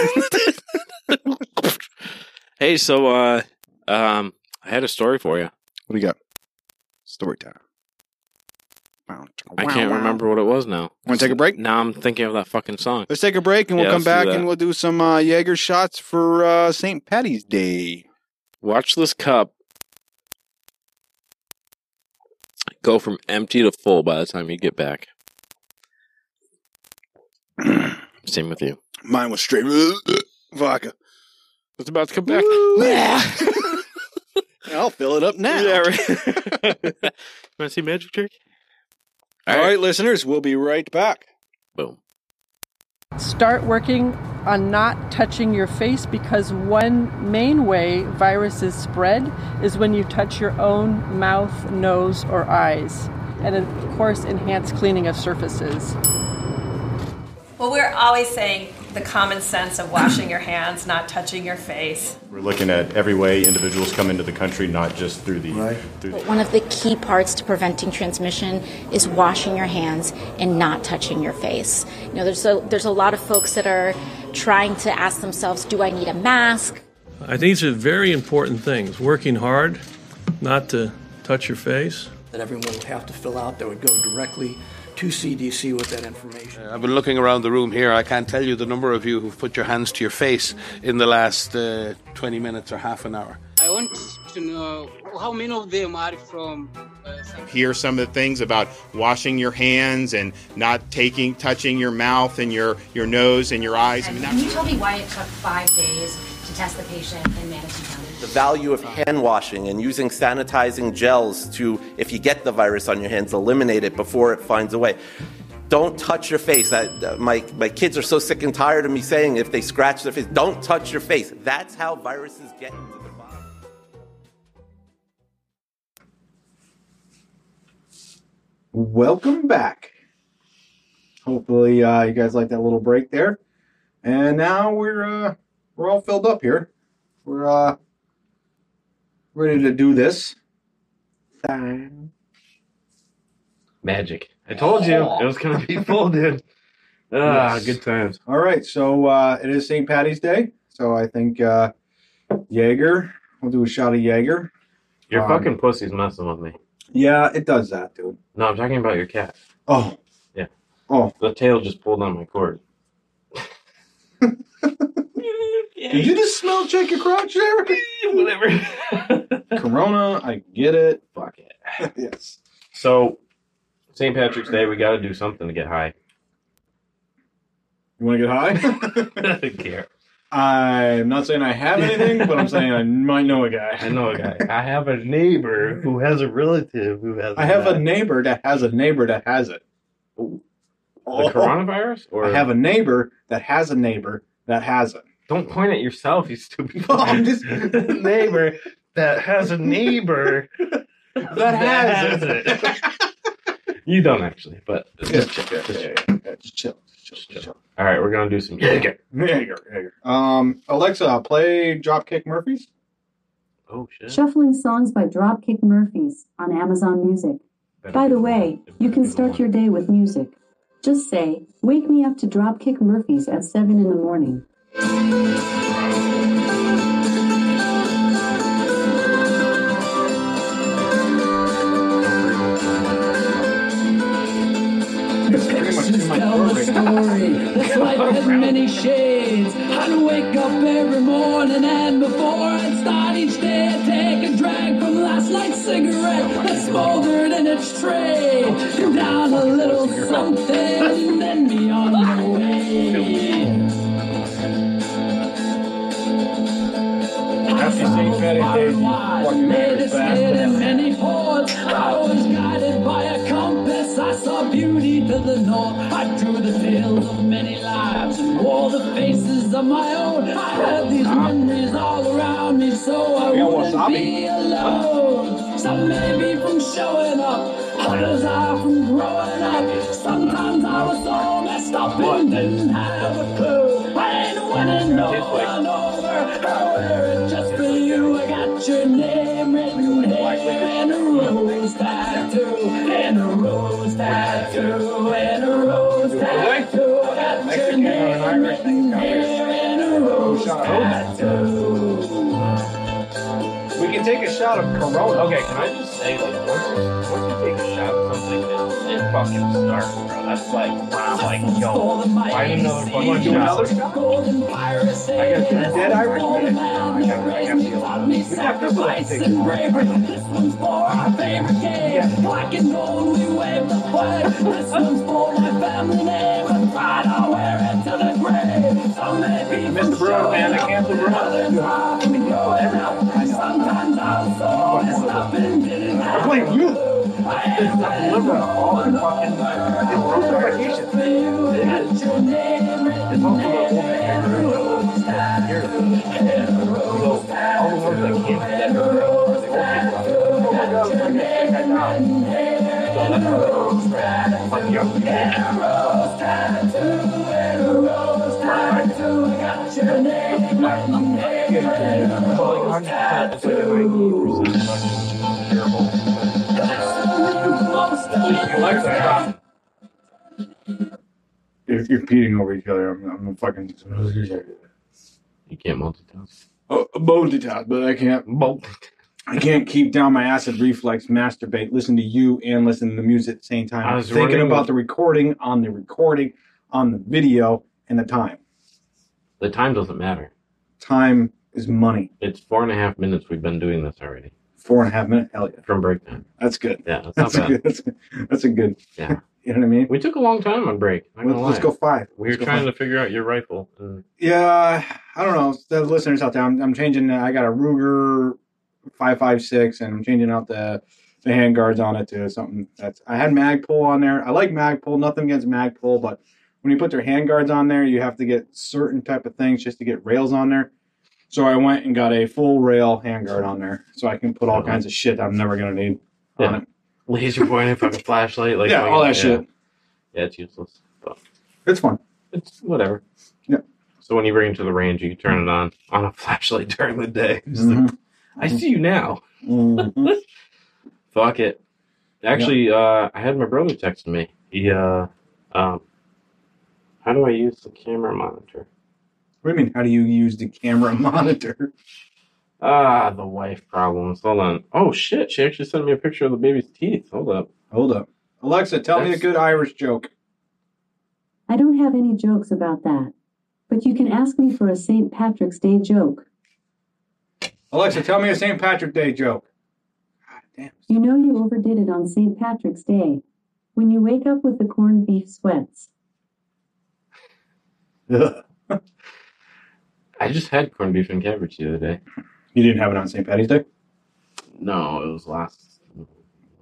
hey, so uh um I had a story for you.
What do you got? Story time.
I can't remember what it was now.
Want to take a break?
Now I'm thinking of that fucking song.
Let's take a break and we'll
Yeah,
come
let's do
back
that.
and we'll do some uh, Jaeger shots for uh, St. Patty's Day.
Watch this cup go from empty to full by the time you get back. Same with you.
Mine was straight vodka.
It's about to come
I'll fill it up now.
Yeah, right. Want to see Magic Trick?
All right, listeners, we'll be right back.
Boom.
Start working on not touching your face because one main way viruses spread is when you touch your own mouth, nose, or eyes. And of course, enhance cleaning of surfaces.
Well, we're always saying the common sense of washing your hands, not touching your face.
We're looking at every way individuals come into the country, not just through the. Through the
But one of the key parts to preventing transmission is washing your hands and not touching your face. You know, there's a, there's a lot of folks that are trying to ask themselves, do I need a mask?
I think these are very important things. Working hard, not to touch your face.
that everyone would have to fill out that would go directly to CDC with that information.
I've been looking around the room here. I can't tell you the number of you who've put your hands to your face in the last uh, 20 minutes or half an hour.
I want to know how many of them are from.
Hear some of the things about washing your hands and not taking, touching your mouth and your your nose and your eyes. I mean, that,
you tell me why it took five days to test the patient in Madison County?
The value of hand washing and using sanitizing gels to, if you get the virus on your hands, eliminate it before it finds a way. Don't touch your face. I, my, my kids are so sick and tired of me saying if they scratch their face, don't touch your face. That's how viruses get into the body.
Welcome back. Hopefully, uh, you guys like that little break there. And now we're uh, we're all filled up here. We're uh, ready to do this.
Magic. I told you it was gonna be full, dude. Ah,
Yes.
good times.
All right, so uh, it is St. Patty's Day, so I think uh, Jaeger. We'll do a shot of Jaeger.
Your
Um,
fucking pussy's messing with me.
Yeah, it does that, dude.
No, I'm talking about your cat.
Oh,
Yeah.
Oh,
The tail just pulled on my cord.
did you just smell check your crotch there?
Whatever.
Corona, I get it.
Fuck it.
yes.
So, St. Patrick's Day, we got to do something to get high.
You want to get
I don't care.
high? I'm not saying I have anything, but I'm saying I might know a guy.
I know a guy. I have a neighbor who has a relative who has.
I have a
that.
neighbor that has a neighbor that has it.
Ooh.
Oh.
the coronavirus, or
I have a neighbor that has a neighbor that has it.
Don't point at yourself, you stupid.
No, I'm just-
neighbor that has a neighbor that,
has it.
you don't actually, but
Yeah,
just check,
yeah,
just
yeah,
check.
yeah, yeah, Just chill. Just chill. Just chill.
All right, we're gonna do some. Yeah.
Jaeger, Jaeger. Um, Alexa, play Dropkick Murphys.
Oh shit!
Shuffling songs by Dropkick Murphys on Amazon Music.
By the way, you can start your day with music. Just say, Wake me up to Dropkick Murphys at 7 in the morning.
Tell the story, life has many shades. I wake up every morning and before I start each day, I take a drag from last night's cigarette that smoldered in its tray. Down a little something and then be on my way. After St. Patty's Day, made it stayed in many ports. I was guided by a compass. I saw beauty to the north. I drew the tales of many lives and wore the faces of my own. I had these memories all around me, so I
Yeah,
wouldn't
wasabi.
be alone. Some may be from showing up, others are from growing up. Sometimes I was so messed up and didn't have a clue. I ain't winning no one over. However, it's just for you, I got your name written here and a rose tattoo, and a rose tattoo, and a rose tattoo. I got your name written here and a rose tattoo.
We can take a shot of Corona. Okay, can I just say, like, once you, once you take a shot of something, it, it fucking starts, bro. That's like, wow, like, yo, why another fucking
Wanna do
shot?
another shot? I got your dead Irish. I got, I got, I got the We got this one. This one's for our favorite game. Black and gold, we wave the flag. This one's for my family name. And pride, I'll wear it to the grave. Some may be Mr. Bruin, man, I can't believe it. Sometimes I'll so messed up and didn't have a clue. I am ready to all the fucking
If you're peeing over each other, I'm, I'm fucking.
You can't multitask.
Oh, multitask, but I can't. I can't keep down my acid reflex, masturbate, listen to you, and listen to the music at the same time.
I
I
was
was thinking
running-
about the recording on the recording, on the video, and the time.
The time doesn't matter.
Time is money.
It's four and a half minutes. We've been doing this already.
Four and a half minutes. Hell yeah.
From break time.
That's good.
Yeah, that's,
That's a
not
good.
bad.
That's, that's a good.
Yeah.
you know what I mean?
We took a long time on break. not
Let's,
gonna
let's
lie.
go five.
We were
Let's go
trying
five.
to figure out your rifle. And
Yeah, I don't know. The listeners out there, I'm, I'm changing. uh, I got a Ruger five five six, and I'm changing out the the handguards on it to something that's. I had Magpul on there. I like Magpul. Nothing against Magpul, but when you put their handguards on there, you have to get certain type of things just to get rails on there. So I went and got a full rail handguard on there, so I can put all kinds of shit I'm never gonna need on it.
laser pointer, fucking flashlight, like oh,
Yeah, all that shit.
Yeah, it's useless. But
It's fun.
It's whatever.
Yeah.
So when you bring it to the range, you turn it on on a flashlight during the day. It's like,
Mm-hmm.
I see you now. Fuck it. Actually, uh, I had my brother texting me. He, uh, um, how do I use the camera monitor?
What do you mean? How do you use the camera monitor?
Ah, the wife problems. Hold on. Oh shit! She actually sent me a picture of the baby's teeth. Hold up.
Hold up. Alexa, tell me a good Irish joke.
I don't have any jokes about that. But you can ask me for a St. Patrick's Day joke.
Alexa, tell me a St. Patrick Day joke.
You know you overdid it on St. Patrick's Day. When you wake up with the corned beef sweats.
I just had corned beef and cabbage the other day.
You didn't have it on St. Patty's Day?
No, it was last.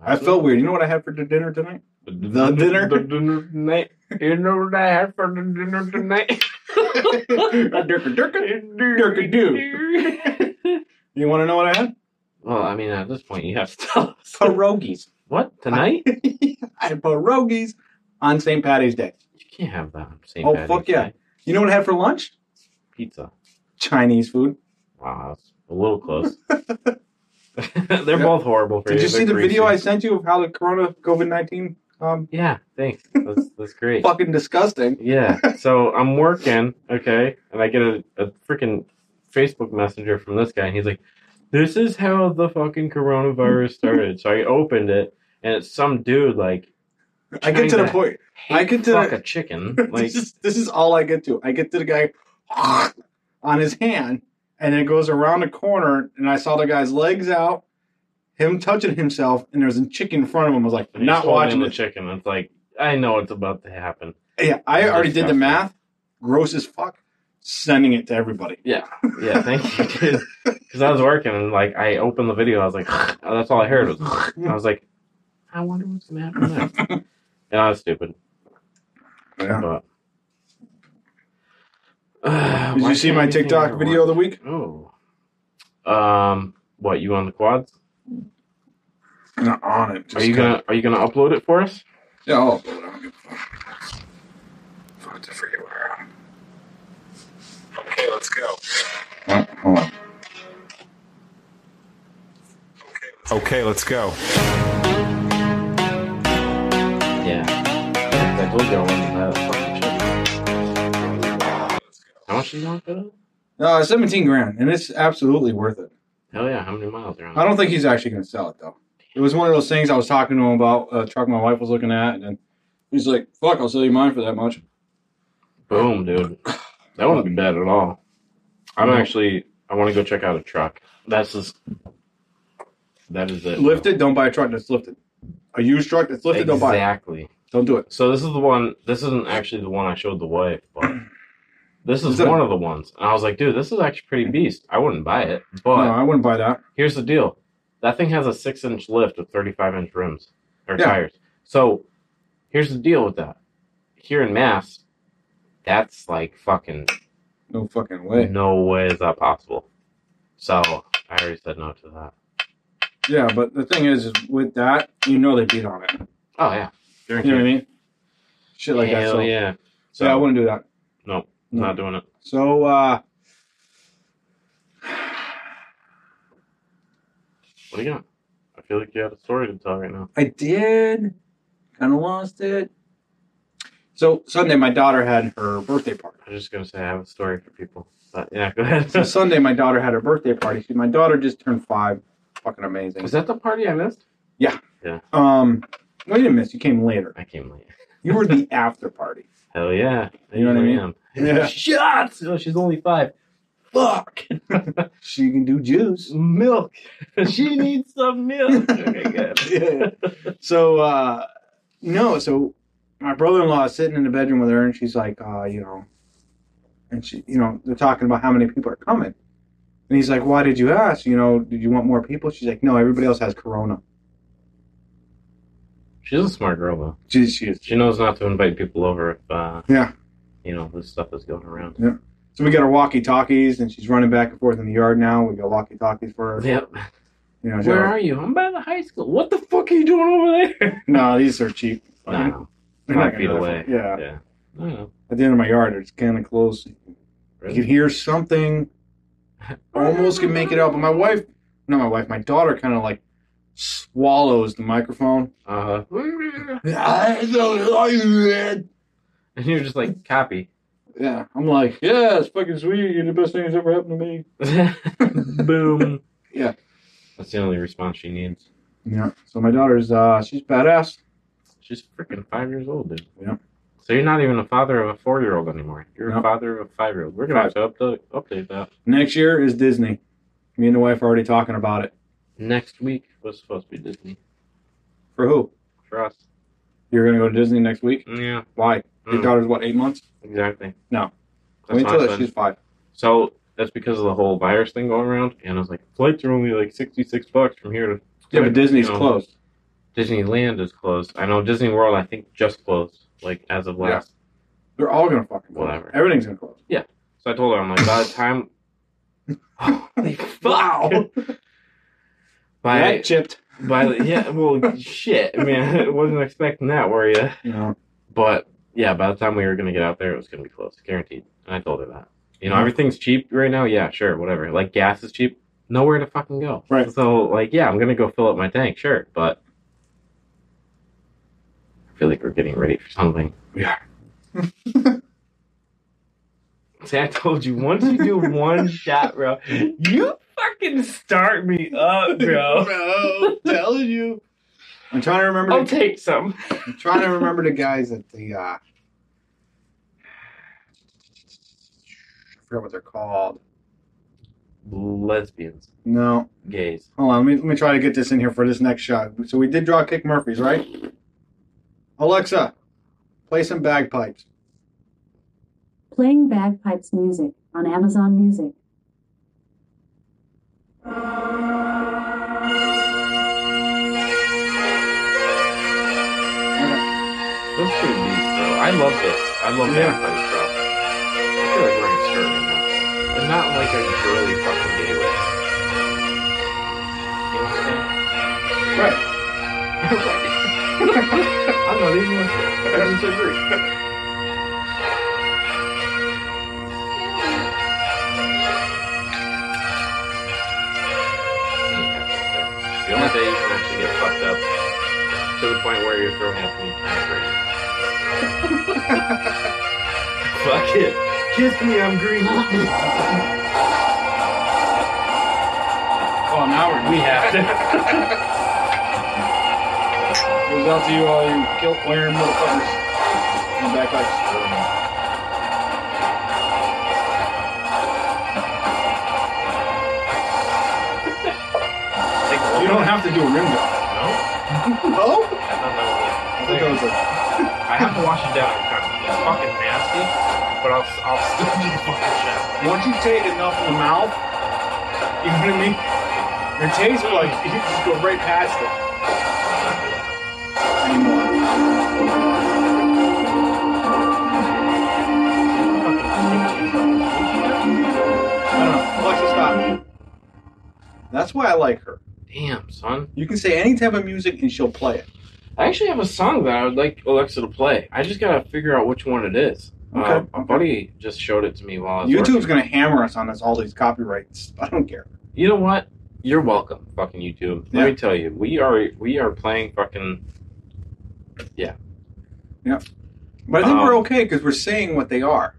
I felt weird. You know what I had for dinner tonight? The dinner.
The dinner tonight. You know what I had for the dinner tonight?
Durka durka durka do. You want to know what I had?
Well, I mean, at this point, you have to tell us.
Pierogies.
What tonight?
I had pierogies on St. Patty's Day.
You can't have that on St.
oh
Patty's
fuck yeah!
Day.
You know what I had for lunch?
Pizza.
Chinese food.
Wow, that's a little close. They're both horrible for
Did you
They're
see the
greasy.
video I sent you of how the Corona COVID nineteen? Um,
yeah, thanks. That's, that's great.
Fucking disgusting.
Yeah. So I'm working, okay, and I get a, a freaking Facebook messenger from this guy, and he's like, "This is how the fucking coronavirus started." so I opened it, and it's some dude like.
I get to the
trying
point. I get to
fuck a chicken. Like
this, is, this is all I get to. I get to the guy on his hand, and it goes around the corner, and I saw the guy's legs out, him touching himself, and there's a chicken in front of him. I was like,
and he's
not
holding
watching
the
it.
chicken. It's like I know it's about to happen.
Yeah, I
It's
already did the
disgusting.
math. Gross as fuck. Sending it to everybody.
Yeah, yeah. Thank you, because I was working and like I opened the video. I was like, that's all I heard was. I was like, I wonder what's gonna happen next. and I was stupid.
Yeah.
But,
did
why
you see
can't
my
anything
TikTok
ever
video of the week?
Oh. um, what you on the quads?
Not on it.
Are you gonna Are you gonna upload it for us?
Yeah, I'll
Okay, let's go.
Oh,
Okay, let's go.
Yeah. I told you I wanted that fucking chicken. How much do you want for that?
Uh, 17 grand, and it's absolutely worth it.
Hell yeah! How many miles are on?
I don't think he's actually going to sell it, though. It was one of those things I was talking to him about, a truck my wife was looking at, and then he's like, fuck, I'll sell you mine for that much.
Boom, dude. That wouldn't be bad at all. I'm
No.
actually. I want to go check out a truck. That's just. That is it.
Lifted, don't buy a truck that's lifted. A used truck that's lifted, don't buy it.
Exactly.
Don't do it.
So this is the one. This isn't actually the one I showed the wife, but this is
Is that-
one of the ones. And I was like, dude, this is actually pretty beast. I wouldn't buy it, but
no, I wouldn't buy that.
here's the deal. That thing has a six inch lift with 35 inch rims or
Yeah.
tires. So here's the deal with that. Here in Mass, that's like fucking
No fucking way.
no way is that possible. So I already said no to that.
Yeah, but the thing is, is with that, you know they beat on it.
Oh yeah,
You know what I mean? Shit like that.
Hell
So
yeah.
So yeah, I wouldn't do that.
No,
No.
not doing it.
So uh,
What do you got? I feel like you have a story to tell right now.
I did. Kind of lost it. So Sunday, my daughter had her birthday party.
I was just gonna say I have a story for people, but yeah, go ahead.
so Sunday, my daughter had her birthday party. See, my daughter just turned five. Fucking amazing.
Was that the party I missed?
Yeah.
Yeah.
Um, no, you didn't miss. You came later.
I came late.
You were the after party.
Hell yeah.
You know what I mean? Yeah.
Shots. Oh, she's only five. Fuck.
she can do juice,
milk. she needs some milk. Okay, good.
yeah. So uh no, so my brother in law is sitting in the bedroom with her and she's like, uh, you know and she you know, they're talking about how many people are coming. And he's like, Why did you ask? You know, did you want more people? She's like, No, everybody else has corona.
She's a smart girl though.
She she is.
She knows not to invite people over if uh,
Yeah.
you know this stuff is going around.
Yeah. So we got our walkie talkies and she's running back and forth in the yard now. We got walkie talkies for her.
Yep.
You know,
Where are you? I'm by the high school. What the fuck are you doing over there?
No, these are cheap.
No.
They're not
Five feet
gonna-
away.
Yeah.
Yeah. I don't know.
At the end of my yard, it's kinda close. You
Really?
can hear something. Almost can make it out, but my wife, not my wife, my daughter, kind of like swallows the microphone.
Uh huh.
I don't like it.
And you're just like copy.
Yeah, I'm like, yeah, it's fucking sweet. You're the best thing that's ever happened to me.
Boom.
Yeah.
That's the only response she needs.
Yeah. So my daughter's, uh, she's badass.
She's freaking five years old, dude.
Yeah.
So you're not even a father of a four year old anymore. You're a
No.
father of a five year old. We're gonna have to update, update that.
Next year is Disney. Me and the wife are already talking about it.
Next week was supposed to be Disney
For who?
for us.
You're gonna go to Disney next week?
Yeah,
Why? Your
Mm.
daughter's what, eight months?
exactly.
No.
That's
Wait
my
until that
son.
she's five.
So that's because of the whole virus thing going around. And I was like, flights are only like sixty six bucks from here to.
Yeah, but Disney's
you know,
closed.
Disneyland is closed. I know Disney World. I think just closed, like as of
Yeah.
last.
They're all gonna fucking close.
Whatever.
Everything's gonna close.
So I told her, I'm like, by the time. Holy fuck! By
That chipped.
By the, yeah, well, shit, man, I wasn't expecting that, were you?
You know.
But yeah, by the time we were gonna get out there, it was gonna be close, guaranteed. And I told her that. You know,
Mhm.
everything's cheap right now. Yeah, sure, whatever. Like gas is cheap. nowhere to fucking go. Right. So like, yeah, I'm gonna go fill up my tank, sure, but I feel like we're getting ready for something. We are. See, I told you once you do one shot, bro, you fucking start me up, bro.
Bro, telling you. I'm trying to remember.
I'll take some.
I'm trying to remember the guys at the. Uh, I forget what they're called.
Lesbians,
No,
gays.
hold on. Let me let me try to get this in here for this next shot. So we did draw Kick Murphys, right? Alexa, play some bagpipes.
Playing bagpipes music on Amazon Music.
Those two beats, though. I love this. I love yeah. bagpipes, bro. I feel like wearing a skirt right now, and not like a girly fucking gay way. You know what I'm saying? Right. I'm not even. I just agree. The only day you can actually get fucked up to the point where you're throwing up any kind of green. Fuck it. Kiss me, I'm green. well, now we're we have to.
Goes out to you all you kilt wearing motherfuckers. Come back like You don't have to do a rim job. No?
I thought that was it. I have to wash it down. It's fucking nasty, but I'll, I'll still do the fucking shit.
Once you take enough in the mouth, you know what I mean? Your taste will like you just go right past it. I don't know. Alexa, stop. That's why I like her.
Damn, son.
You can say any type of music and she'll play it.
I actually have a song that I would like Alexa to play. I just gotta figure out which one it is.
Okay,
Uh, my buddy just showed it to me while I was
YouTube's
working.
gonna hammer us on this all these copyrights. I don't care.
You know what? You're welcome, fucking YouTube. Let
Yeah.
me tell you, we are we are playing fucking. Yeah.
Yeah. But I think
Um,
we're okay because we're saying what they are.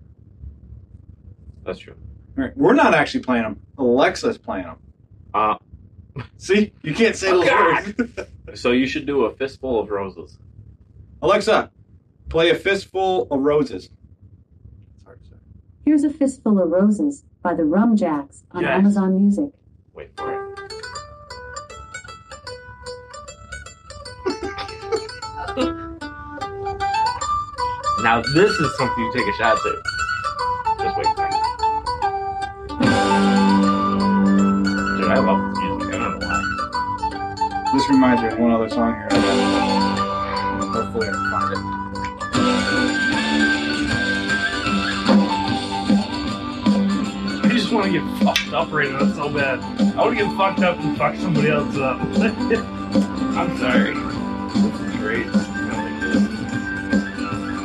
That's true.
Right. We're not actually playing them. Alexa's playing them.
Uh,
See, you can't say those words.
so you should do a fistful of roses.
Alexa, play a fistful of roses.
Here's a Fistful of Roses by the Rum Jacks on
Yes.
Amazon Music.
Wait for it. Now this is something you take a shot to. Just wait. for it. Dude, I love this music. I don't know why.
This reminds me of one other song here. I got. Hopefully, I can find it.
I just want to get fucked up right now so bad. I want to get fucked up and fuck somebody else up. I'm sorry. This is great.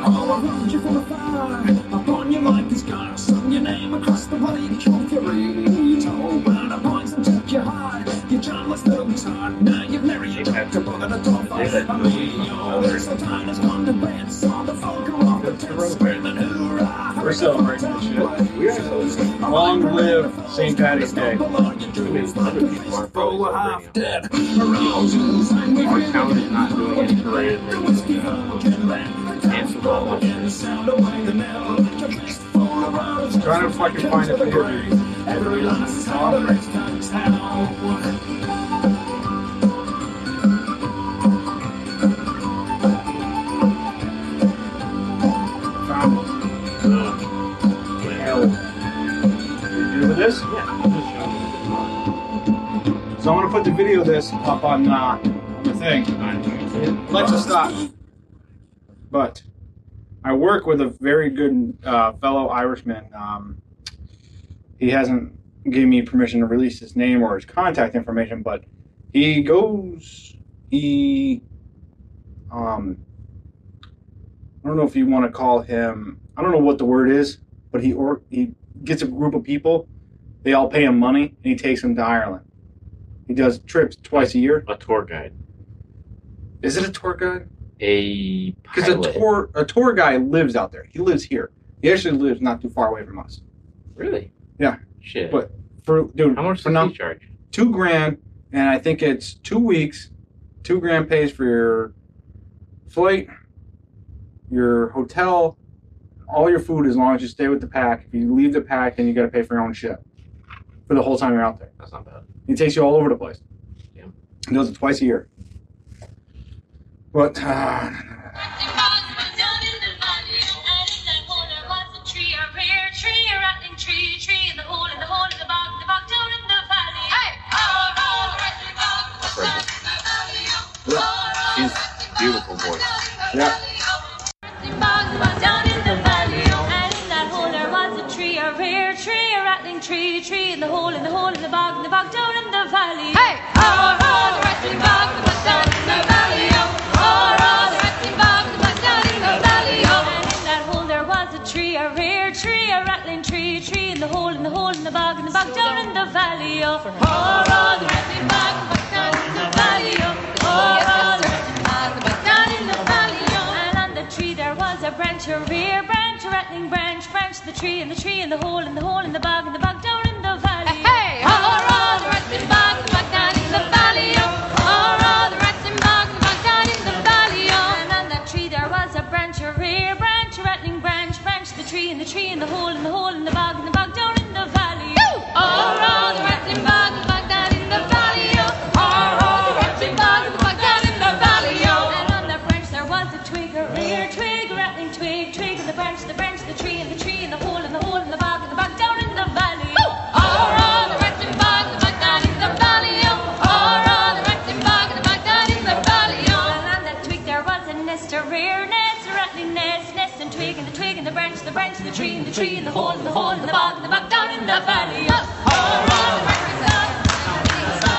Oh, around you from afar, upon you like the scar, sung your name across the body, control fury, told by the points and took your heart, your charmless little tart, now you've married your doctor, brother the dog fight, a million, there's a time has gone to bed, saw the phone go off, the tents, screaming hoorah,
We're celebrating this shit. We are celebrating. Long live St. Patrick's Day.
oh, half dead, arousals, and we
Our town is not doing any parade. They're just uh, canceled all those shit.
sound away the knell, your best for arousals,
Trying to fucking find it.
every last time the rest comes down.
Found it. Hell. You good with this? So I'm gonna put the video of this up on uh, on the thing. Alexa, stop. But I work with a very good uh, fellow Irishman. Um, he hasn't given me permission to release his name or his contact information, but he goes. He um, I don't know if you want to call him. I don't know what the word is, but he or he gets a group of people They all pay him money, and he takes them to Ireland. He does trips twice a year.
A tour guide.
Is it a tour guide?
A
Because a
pilot.
tour a tour guy lives out there. He lives here. He actually lives not too far away from us.
Really?
Yeah.
Shit.
But for dude,
How much
for
does
num-
he charge?
Two grand, and I think it's two weeks. Two grand pays for your flight, your hotel, all your food as long as you stay with the pack. If you leave the pack, then you got to pay for your own shit for the whole time you're out there.
That's not bad.
He takes you all over the place.
Yeah.
He does it twice a year. But uh,
She's beautiful voice.
yeah,
Tree, tree in the hole, in the hole, in the bog, in the bog, down in the valley. Hey! Oh, oh, the rusty bog, the bog down in the valley. Oh, oh, oh the rusty bog, the bog down in the valley. Oh, and in that hole there was a tree, a rare tree, a rattling tree, tree in the hole, in the hole, in the bog, in the bog, down in the valley. Oh, oh, oh the rusty bog, the bog down in the valley. Oh, oh, oh the rusty bog, the bog down in the valley. Oh, and on the tree there was a branch, a rare branch, a rattling branch, branch the tree, and the tree in the hole, in the hole, in the bog, in the bog, down in the valley. Hey, hey. Oh, oh, the rusty bog, the bog down in the valley. Oh, oh, oh the rusty bog, the bog down in the valley. Oh, and on that tree there was a branch, a rare branch, a rattling branch, branch the tree, and the tree in the hole, in the oh. hole, in the bog, in the bog, down in the valley. Oh, oh, the rattling bog, the bog down in the valley. Oh, oh, oh the rattling bog, the bog down in the valley. Oh, and on the branch there was a twig, a rare twig, a rattling twig, twig in the branch, the branch, the tree, and the tree in the hole, in the hole, in the bog, in the bog, down in the valley. Oh, oh, the rattling bog, the bog down in the valley. Oh, oh, the rattling bog, the bog down in the valley. Oh, and on that twig there was a nest, a rare nest, a rattling nest, nest and twig, and the twig, and the branch, the branch, the tree, and the tree, and the hole, and the hole, and the bog, and the bog, down in the valley. Oh, oh, oh the rattling bog.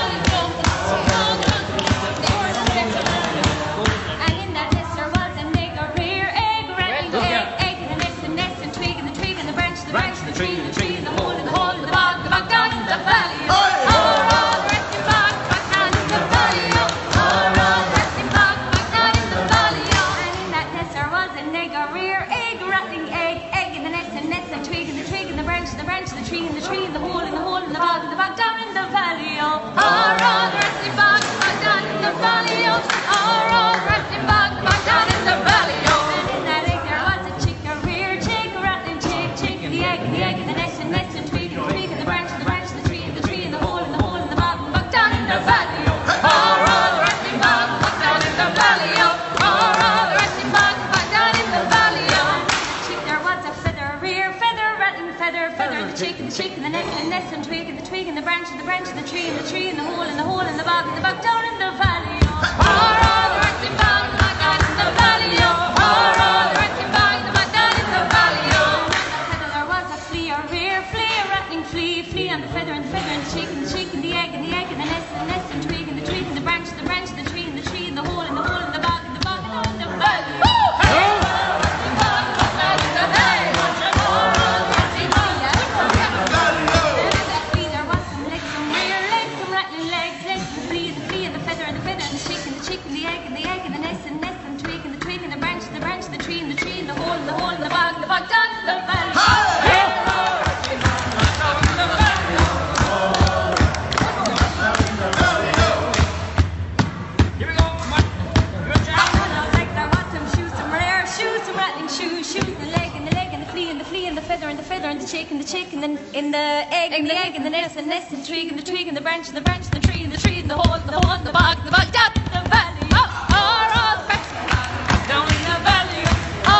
And in that nest there was an egg, a rear egg, a rattling egg, egg in the nest, the nest and twig and the twig and the branch, the branch, the tree, the tree, the hole, and the hole, and the bog, the bog down in the valley. Oh, oh, the resting bog, bog down in the valley. Oh, oh, the resting bog, bog down in the valley. Oh, and in that nest there was an egg, a rear egg, a rattling egg, egg in the nest, the nest and twig and the twig and the branch, the branch, the tree, and the tree, and the hole, and the hole, and the bog, and the bog down in the valley. Oh, oh, oh, the resting bog, bog down in the valley. Oh, oh, oh, the resting bog, bog down in the valley. Oh, and in that egg there was a chick, a rear chick, a rattling chick, chick in the egg, in the egg in the nest, and nest and twig, and the twig and the branch, and the branch, the tree, and the tree, and the hole, and the hole, and the bog, and the bog down in the valley. Oh, oh, oh, the resting bog, bog down in the valley. Oh, oh, oh, the resting bog, bog down in the valley. Oh. Chick, there was a feather, rear feather, rattling feather, feather, the chick, the chick, and the neck, and the nest, and twig, and the twig, and the branch, and the branch, and the tree, and the tree, and the hole, and the hole, and the bog, and the bog down in the valley. Oh, oh, oh, the rusty bog, the bog down in the valley. Oh, oh, oh, the rusty bog, the bog down in the valley. Oh, feather, there was a flea, a rear flea, a rattling flea, flea on the feather, and the feather, and the chick, and the chick, and the egg, and the egg, and the nest, and the nest, and twig, and the twig, and the branch, the branch, the tree, and the tree, and the hole, and the hole, and the bog, and the bog down in the valley. Woo! Hey! And the feather and the chick and the chick and then in the egg and the egg and the nest and nest and the twig and the twig and the branch and the branch and the tree and the tree and the hole and the hole and the bog and the bog down in the valley. Oh, oh, oh, the rats and bog down in the valley. Oh, oh,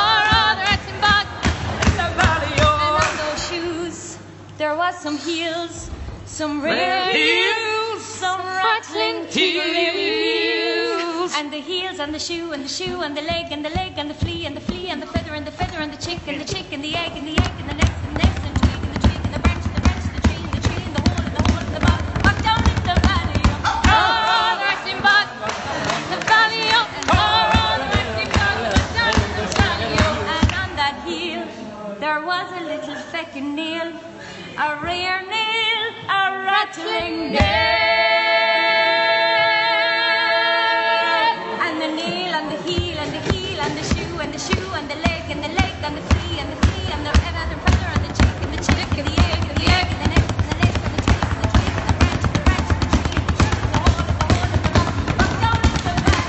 the rats and bog in the valley. Oh, and on those shoes there was some heels, some rare heels, some rattling heels, and the heels and the shoe and the shoe and the leg and the leg and the flea and the flea and the feather and the feather and the chick and the chick and the egg and the egg and the next and the next and twig and the twig and the branch and the branch and the tree and the tree and the hole and the hole and the bog, bog down in the valley. Oh, oh, the resting bog, the valley. Oh, oh, the resting bog, down in the valley. Oh, and on that heel there was a little feckin' nail. a rear nail, a rattling nail. And the nail and the heel and the heel and the shoe and the shoe and the leg and the leg and the flea and the flea and the red and the feather and the cheek and the cheek and the egg and the egg and the neck and the neck and the tail and the tail and the branch and the branch and the tree and the tree and the wall and the wall and the wall. But down in the back,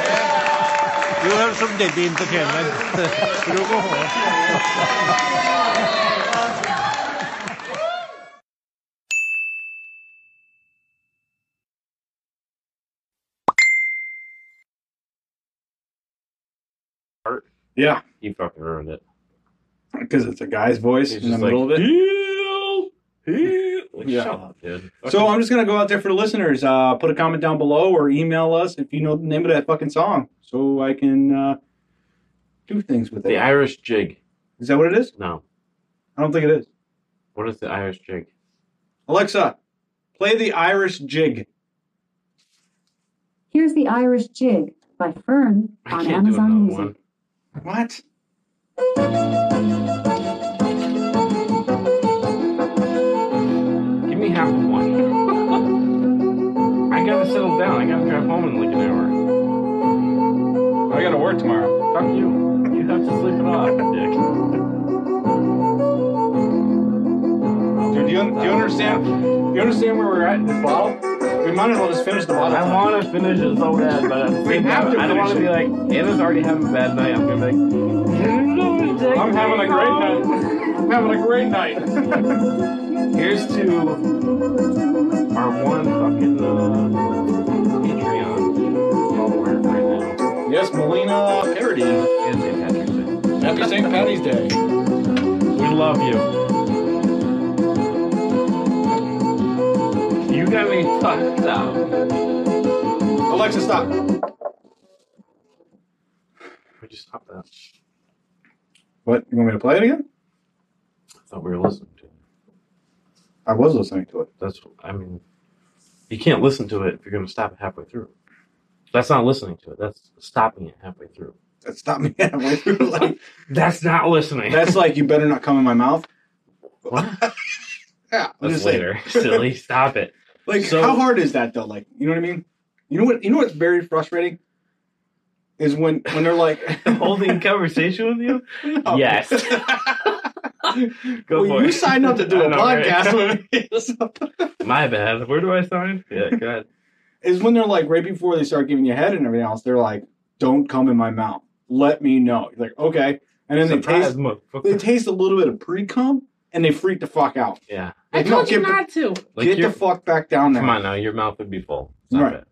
You have some Debbie entertainment. you go home.
Yeah.
You fucking ruined it.
because it's a guy's voice
He's
in the
just like,
middle of it.
Like,
Yeah.
shut up, dude.
So I'm just gonna go out there for the listeners. Uh, put a comment down below or email us if you know the name of that fucking song, so I can uh, do things with it.
The Irish jig.
Is that what it is?
No.
I don't think it is.
What is the Irish jig?
Alexa, play the Irish jig.
Here's the Irish Jig by Fern on Amazon Music.
What?
Give me half of one. I gotta settle down. I gotta drive home in like an hour.
I gotta work tomorrow.
Fuck you. You have to sleep it off, dick.
Dude, do you, do you understand? Do you understand where we're at in this bottle? We might as well just finish the bottle.
I want to finish it so bad, but I'm
we have to.
I don't want to be like Anna's already having a bad night. I'm gonna be like,
I'm having a great night.
I'm having a great night. Here's to our one fucking uh, Patreon follower right now.
Yes, Melina Parody.
And St. Patrick's Day.
Happy St. Patty's Day.
We love you. You got me fucked up.
Alexa, stop.
Would you stop that?
What? You want me to play it again?
I thought we were listening.
I was listening to it.
That's I mean, you can't listen to it if you're going to stop it halfway through. That's not listening to it. That's stopping it halfway through.
That's stopped me halfway through. Like,
that's not listening.
That's like you better not come in my mouth.
What?
yeah, I'm
That's
just saying.
later. Silly, stop it.
Like,
So-
how hard is that though? Like, you know what I mean? You know what? You know what's very frustrating is when when they're like
holding conversation with you. Yes. Go
well,
for
you
it.
signed up to do
I
a
know, right?
podcast with me.
My bad. Where do I sign? Yeah, go ahead.
is when they're like right before they start giving you head and everything else, they're like, "Don't come in my mouth. Let me know." You're like, okay, and then
Surprise,
they taste they taste a little bit of pre cum and they freak the fuck out.
Yeah.
Like, no, get the-
to.
Like
get the
you're-
fuck back down there.
Come on now, your mouth would be full.
right.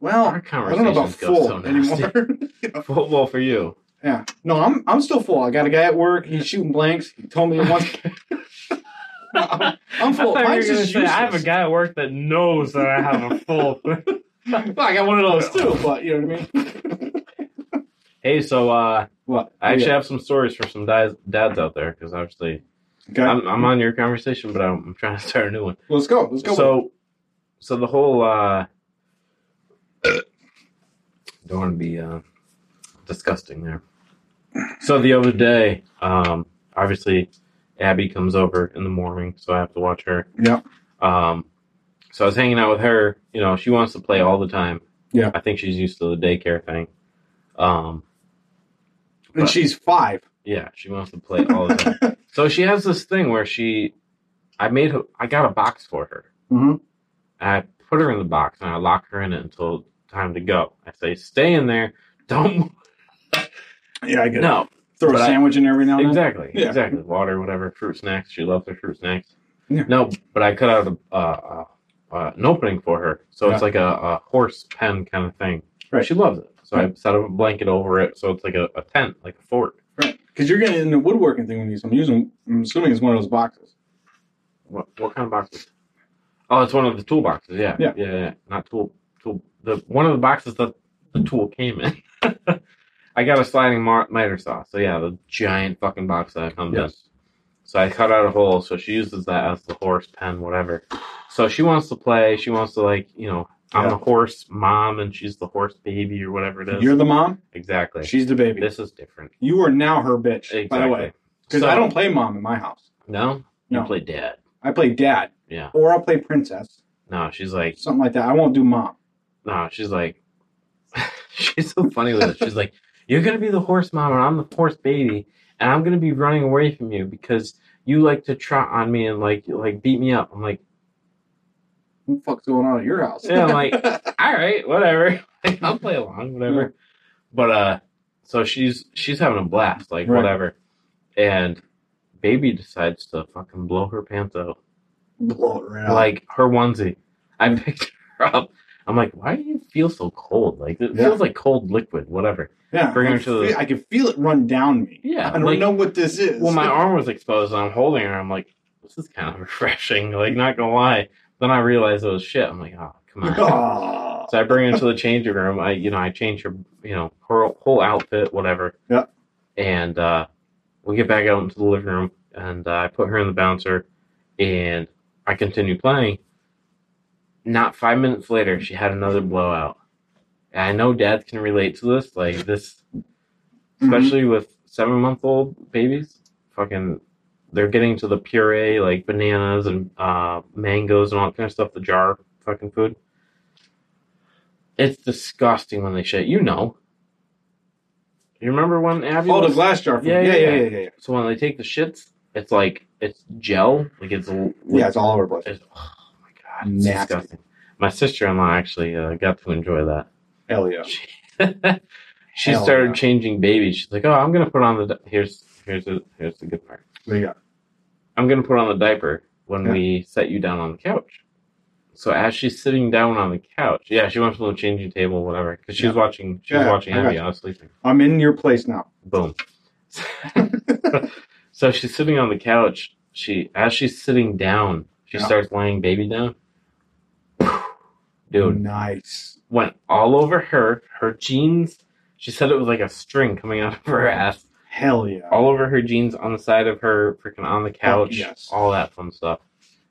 Well, I don't know about
Conversations go
full
so nasty.
anymore.
Full, well, for you.
yeah, no, I'm I'm still full. I got a guy at work. He's shooting blanks. He told me once. I'm, I'm full.
I, thought you were
Mine's
gonna
just
say, I have a
useless.
guy at work that knows that I have a full.
Well, I got one of those too, but you know what I mean.
hey, so uh,
what?
I actually
Yeah.
have some stories for some dads, dads out there because obviously
Okay.
I'm, I'm on your conversation, but I'm, I'm trying to start a new one.
Let's go. Let's go.
So, so the whole uh, don't want to be uh, disgusting there. So the other day, um, obviously, Abby comes over in the morning, so I have to watch her.
Yeah.
Um, so I was hanging out with her. You know, she wants to play all the time.
Yeah.
I think she's used to the daycare thing. Um,
and she's five.
yeah, she wants to play all the time. so she has this thing where she, I made, her, I got a box for her.
Mm-hmm.
And I put her in the box and I lock her in it until time to go. I say, stay in there. Don't move."
Yeah, I get
no.
it. Throw a
But I-
sandwich in every now and
Exactly.
then.
Exactly. Water, whatever, fruit snacks. She loves her fruit snacks.
Yeah.
No, but I cut out a, uh, uh, uh, an opening for her. So it's
Yeah.
like a, a horse pen kind of thing.
Right.
She loves it. So I set up a blanket over it. So it's like a, a tent, like a fort.
Right. Because you're getting into woodworking thing with these. I'm using. I'm assuming it's one of those boxes.
What, what kind of boxes? Oh, it's one of the toolboxes. Yeah.
Yeah.
Yeah. yeah. Not tool. Tool. The one of the boxes that the tool came in. I got a sliding mar- miter saw. So yeah, the giant fucking box that it comes in. So I cut out a hole. So she uses that as the horse pen, whatever. So she wants to play. She wants to like you know I'm
Yeah.
the horse mom and she's the horse baby or whatever it is.
You're the mom?
Exactly.
She's the baby.
This is different.
You are now her bitch, by the
Exactly.
way. Because
So-
I don't play mom in my house.
No.
No.
You play dad.
I play dad,
Yeah.
or I'll play princess,
No. She's like
something like that. I won't do mom.
no. She's like she's so funny with it. She's like you're gonna be the horse mom and I'm the horse baby and I'm gonna be running away from you because you like to trot on me and like like beat me up. I'm like.
What the fuck's going on at your house?
Yeah, I'm like, all right, whatever. Like, I'll play along, whatever. But uh, so she's she's having a blast, like
Right.
whatever. And baby decides to fucking blow her pants out,
Blow it right out.
like her onesie. I picked her up. I'm like, why do you feel so cold? Like it
Yeah.
feels like cold liquid, whatever.
yeah,
bring
I
her to the-
feel- I can feel it run down me.
Yeah,
I don't
like-
know what this is.
Well, my arm was exposed, and I'm holding her. I'm like, this is kind of refreshing. Like, not gonna lie. Then I realized it was shit. I'm like, oh, come
on.
so I bring her to the changing room. I, you know, I change her, you know, her whole outfit, whatever.
Yeah.
And uh, we get back out into the living room, and uh, I put her in the bouncer, and I continue playing. Not five minutes later, she had another blowout. And I know dads can relate to this, like this,
Mm-hmm.
especially with seven month old babies. Fucking, they're getting to the puree, like bananas and uh, mangoes and all that kind of stuff, the jar fucking food. It's disgusting when they shit. You know. You remember when Abby?
Oh, the
was-
glass jar food.
Yeah yeah
Yeah,
yeah,
yeah, yeah, yeah, yeah.
So when they take the shits, it's like it's gel. Like it's l-
Yeah, it's all over the place.
It's, oh my god, it's
Nasty.
disgusting. My sister-in-law actually uh, got to enjoy that.
Hell yeah.
She
Hell
started
yeah.
changing babies. She's like, "Oh, I'm gonna put on the di- here's here's the here's the good part.
What do you got?
I'm gonna put on the diaper when
Yeah.
we set you down on the couch." So as she's sitting down on the couch, yeah, she went to the changing table, whatever, because she was watching. She was
Yeah,
watching
I got
Abby.
you.
I was sleeping.
I'm in your place now.
Boom. So she's sitting on the couch. She as she's sitting down, she
Yeah.
starts laying baby down. Dude,
nice.
Went all over her, her jeans. She said it was like a string coming out of her ass.
Hell yeah.
All over her jeans, on the side of her, freaking on the couch,
yes.
all that fun stuff.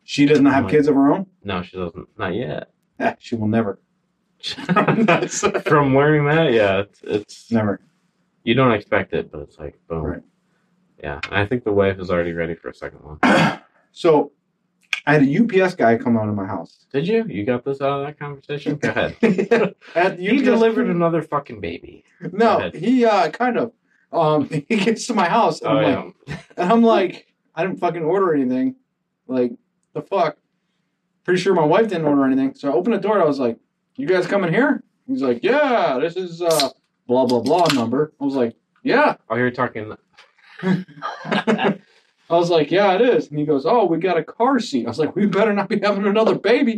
She does not have
I'm like,
kids of her own?
No, she doesn't. Not yet.
Eh, she will never.
From learning that, yeah, it's, it's
never.
You don't expect it, but it's like boom.
Right.
Yeah, and I think the wife is already ready for a second one.
So I had a UPS guy come out of my house.
Did you? You got this out of that conversation? Go ahead.
At
You delivered another fucking baby.
No, he uh kind of. Um he gets to my house and
Oh,
I'm
yeah.
like and I'm like, I didn't fucking order anything. Like the fuck. Pretty sure my wife didn't order anything. So I opened the door and I was like, You guys coming here? He's like, Yeah, this is uh blah blah blah number. I was like, Yeah.
Oh, you're talking.
I was like, Yeah, it is. And he goes, Oh, we got a car seat. I was like, We better not be having another baby.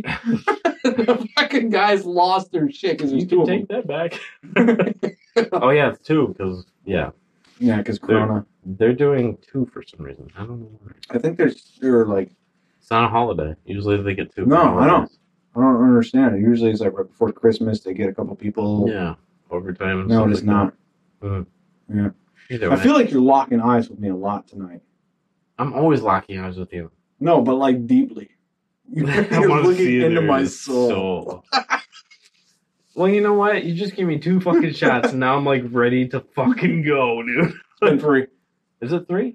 the fucking guys lost their shit because there's two of them.
Take that back. oh yeah, it's two because yeah,
Yeah, because Corona.
They're, they're doing two for some reason. I don't know. why.
I think there's they're like
It's not a holiday. Usually they get two. for
No, I don't
holidays.
I don't understand it. Usually it's like right before Christmas they get a couple people
Yeah, overtime. and
No,
stuff
it is
like
not.
that. Mm.
Yeah.
Either
I
way.
feel like you're locking eyes with me a lot tonight.
I'm always locking eyes with you.
No, but like deeply. You're,
I
you're
wanna see
looking into
their
my soul.
well, you know what? You just gave me two fucking shots, and now I'm like ready to fucking go, dude.
And three.
Is it three?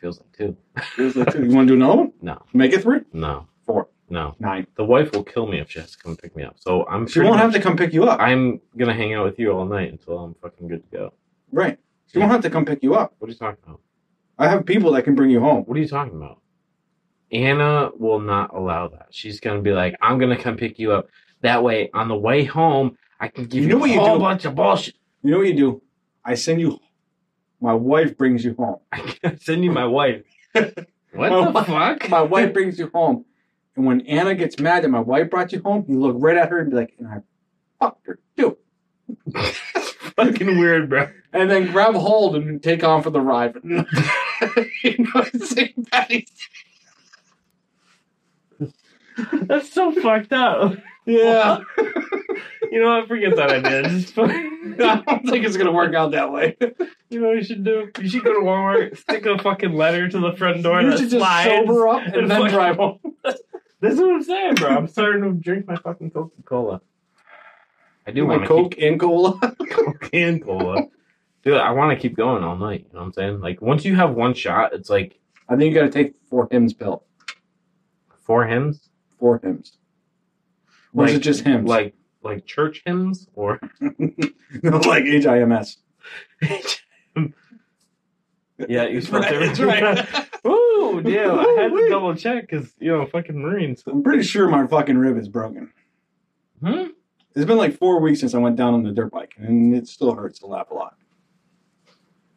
Feels like two.
Feels like two. You want to do another one?
No.
Make it three?
No.
Four.
No.
Nine.
The wife will kill me if she has to come pick me up. So I'm.
She
pretty
won't have
much-
to come pick you up.
I'm gonna hang out with you all night until I'm fucking good to go.
Right. She won't have to come pick you up.
What are you talking about?
I have people that can bring you home.
What are you talking about? Anna will not allow that. She's gonna be like, "I'm gonna come pick you up. That way, on the way home, I can
You
give you,
know what
a
you
whole
do?
bunch of bullshit.
You know what you do? I send you my wife brings you home.
Send you my wife. What
My
the
wi-
fuck?
My wife brings you home. And when Anna gets mad that my wife brought you home, you look right at her and be like, and I fucked her too.
Fucking weird, bro.
And then grab hold and take on for the ride. you know what I'm saying? Patty?
That's so fucked up.
Yeah.
You know what? Forget that idea. Just fucking- I don't think it's gonna work out that way. You know what you should do? You should go to Walmart, stick a fucking letter to the front door.
You
that
should just
slides,
sober up and then
fucking-
drive home.
This is what I'm saying, bro. I'm starting to drink my fucking Coca Cola. I do
You want
want Coke and cola. Coke and cola. Dude, I want to keep going all night. You know what I'm saying? Like once you have one shot, it's like I think you got to take four hymns pill. Four hymns. Four hymns.
Or is it just hymns?
Like like church hymns or
no, like HIMS.
yeah, you supposed to.
That's right.
Ooh, damn! I had to double check because you know fucking Marines.
I'm pretty sure my fucking rib is broken.
Hmm?
It's been like four weeks since I went down on the dirt bike, and it still hurts to laugh a lot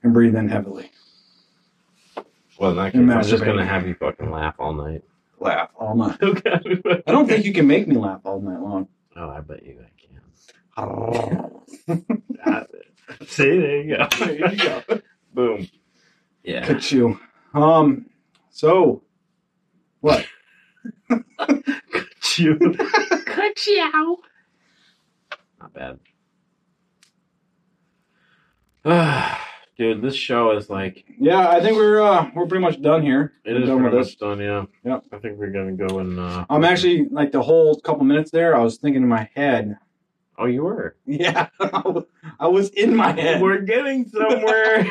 and breathe in heavily.
Well, in that
And
case, I'm just
masturbate.
gonna have you fucking laugh all night.
Laugh all night. I don't think you can make me laugh all night long.
Oh, I bet you I can.
Oh.
See, there you go. There you go. Boom. Yeah.
Cut you. Um. So, what?
Cut you. Cut you. Not bad. Dude, this show is like
Yeah, I think we're uh we're pretty much done here.
it
We're
is
done
pretty
with
much
this.
done. Yeah.
Yep.
I think we're gonna go and. Uh,
I'm actually like the whole couple minutes there. I was thinking in my head.
Oh, you were.
Yeah, I was in my head.
We're getting somewhere.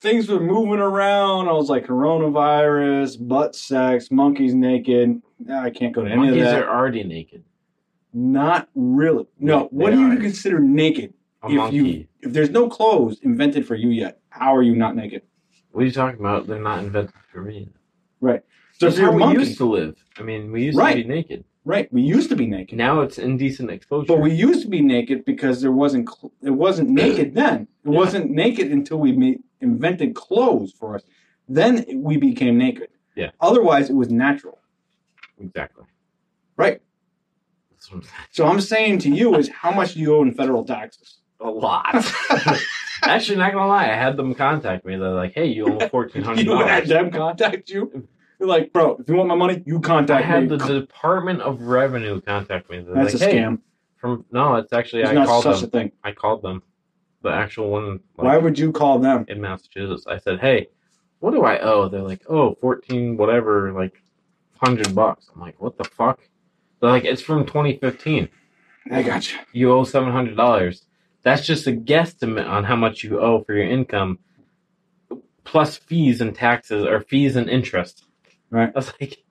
Things were moving around. I was like coronavirus, butt sex, monkeys naked. Nah, I can't go to any
Monkeys
of that.
are already naked.
Not really. No.
Yeah,
what
they
do you
are.
consider naked?
A
if you
monkey.
if there's no clothes invented for you yet, how are you not naked?
What are you talking about? They're not invented for me.
Right. So
That's
if you're
how
a monkey,
we used to live. I mean, we used
Right.
to be naked.
right? We used to be naked.
Now it's indecent exposure.
But we used to be naked because there wasn't cl- it wasn't naked then. It wasn't naked until we ma- invented clothes for us. Then we became naked.
Yeah.
Otherwise, it was natural.
Exactly.
Right.
That's what I'm saying.
So I'm saying to you is how much do you owe in federal taxes?
A lot. Actually, not gonna lie, I had them contact me. They're like, "Hey, you owe fourteen hundred
You had
dollars."
them contact you. You're like, bro, if you want my money, you
I
contact
had
me.
the Department of Revenue contact me. They're
That's
like,
a
"Hey,
scam.
From no, it's actually
There's
I
not
called
such
them.
a thing.
I called them. The actual one.
Why would you call them?
in Massachusetts? I said, "Hey, what do I owe?" They're like, "Oh, fourteen whatever, like hundred bucks." I'm like, "What the fuck?" They're like, "It's from 2015."
I got you.
You owe seven hundred dollars. That's just a guesstimate on how much you owe for your income, plus fees and taxes, or fees and interest.
Right.
I was like,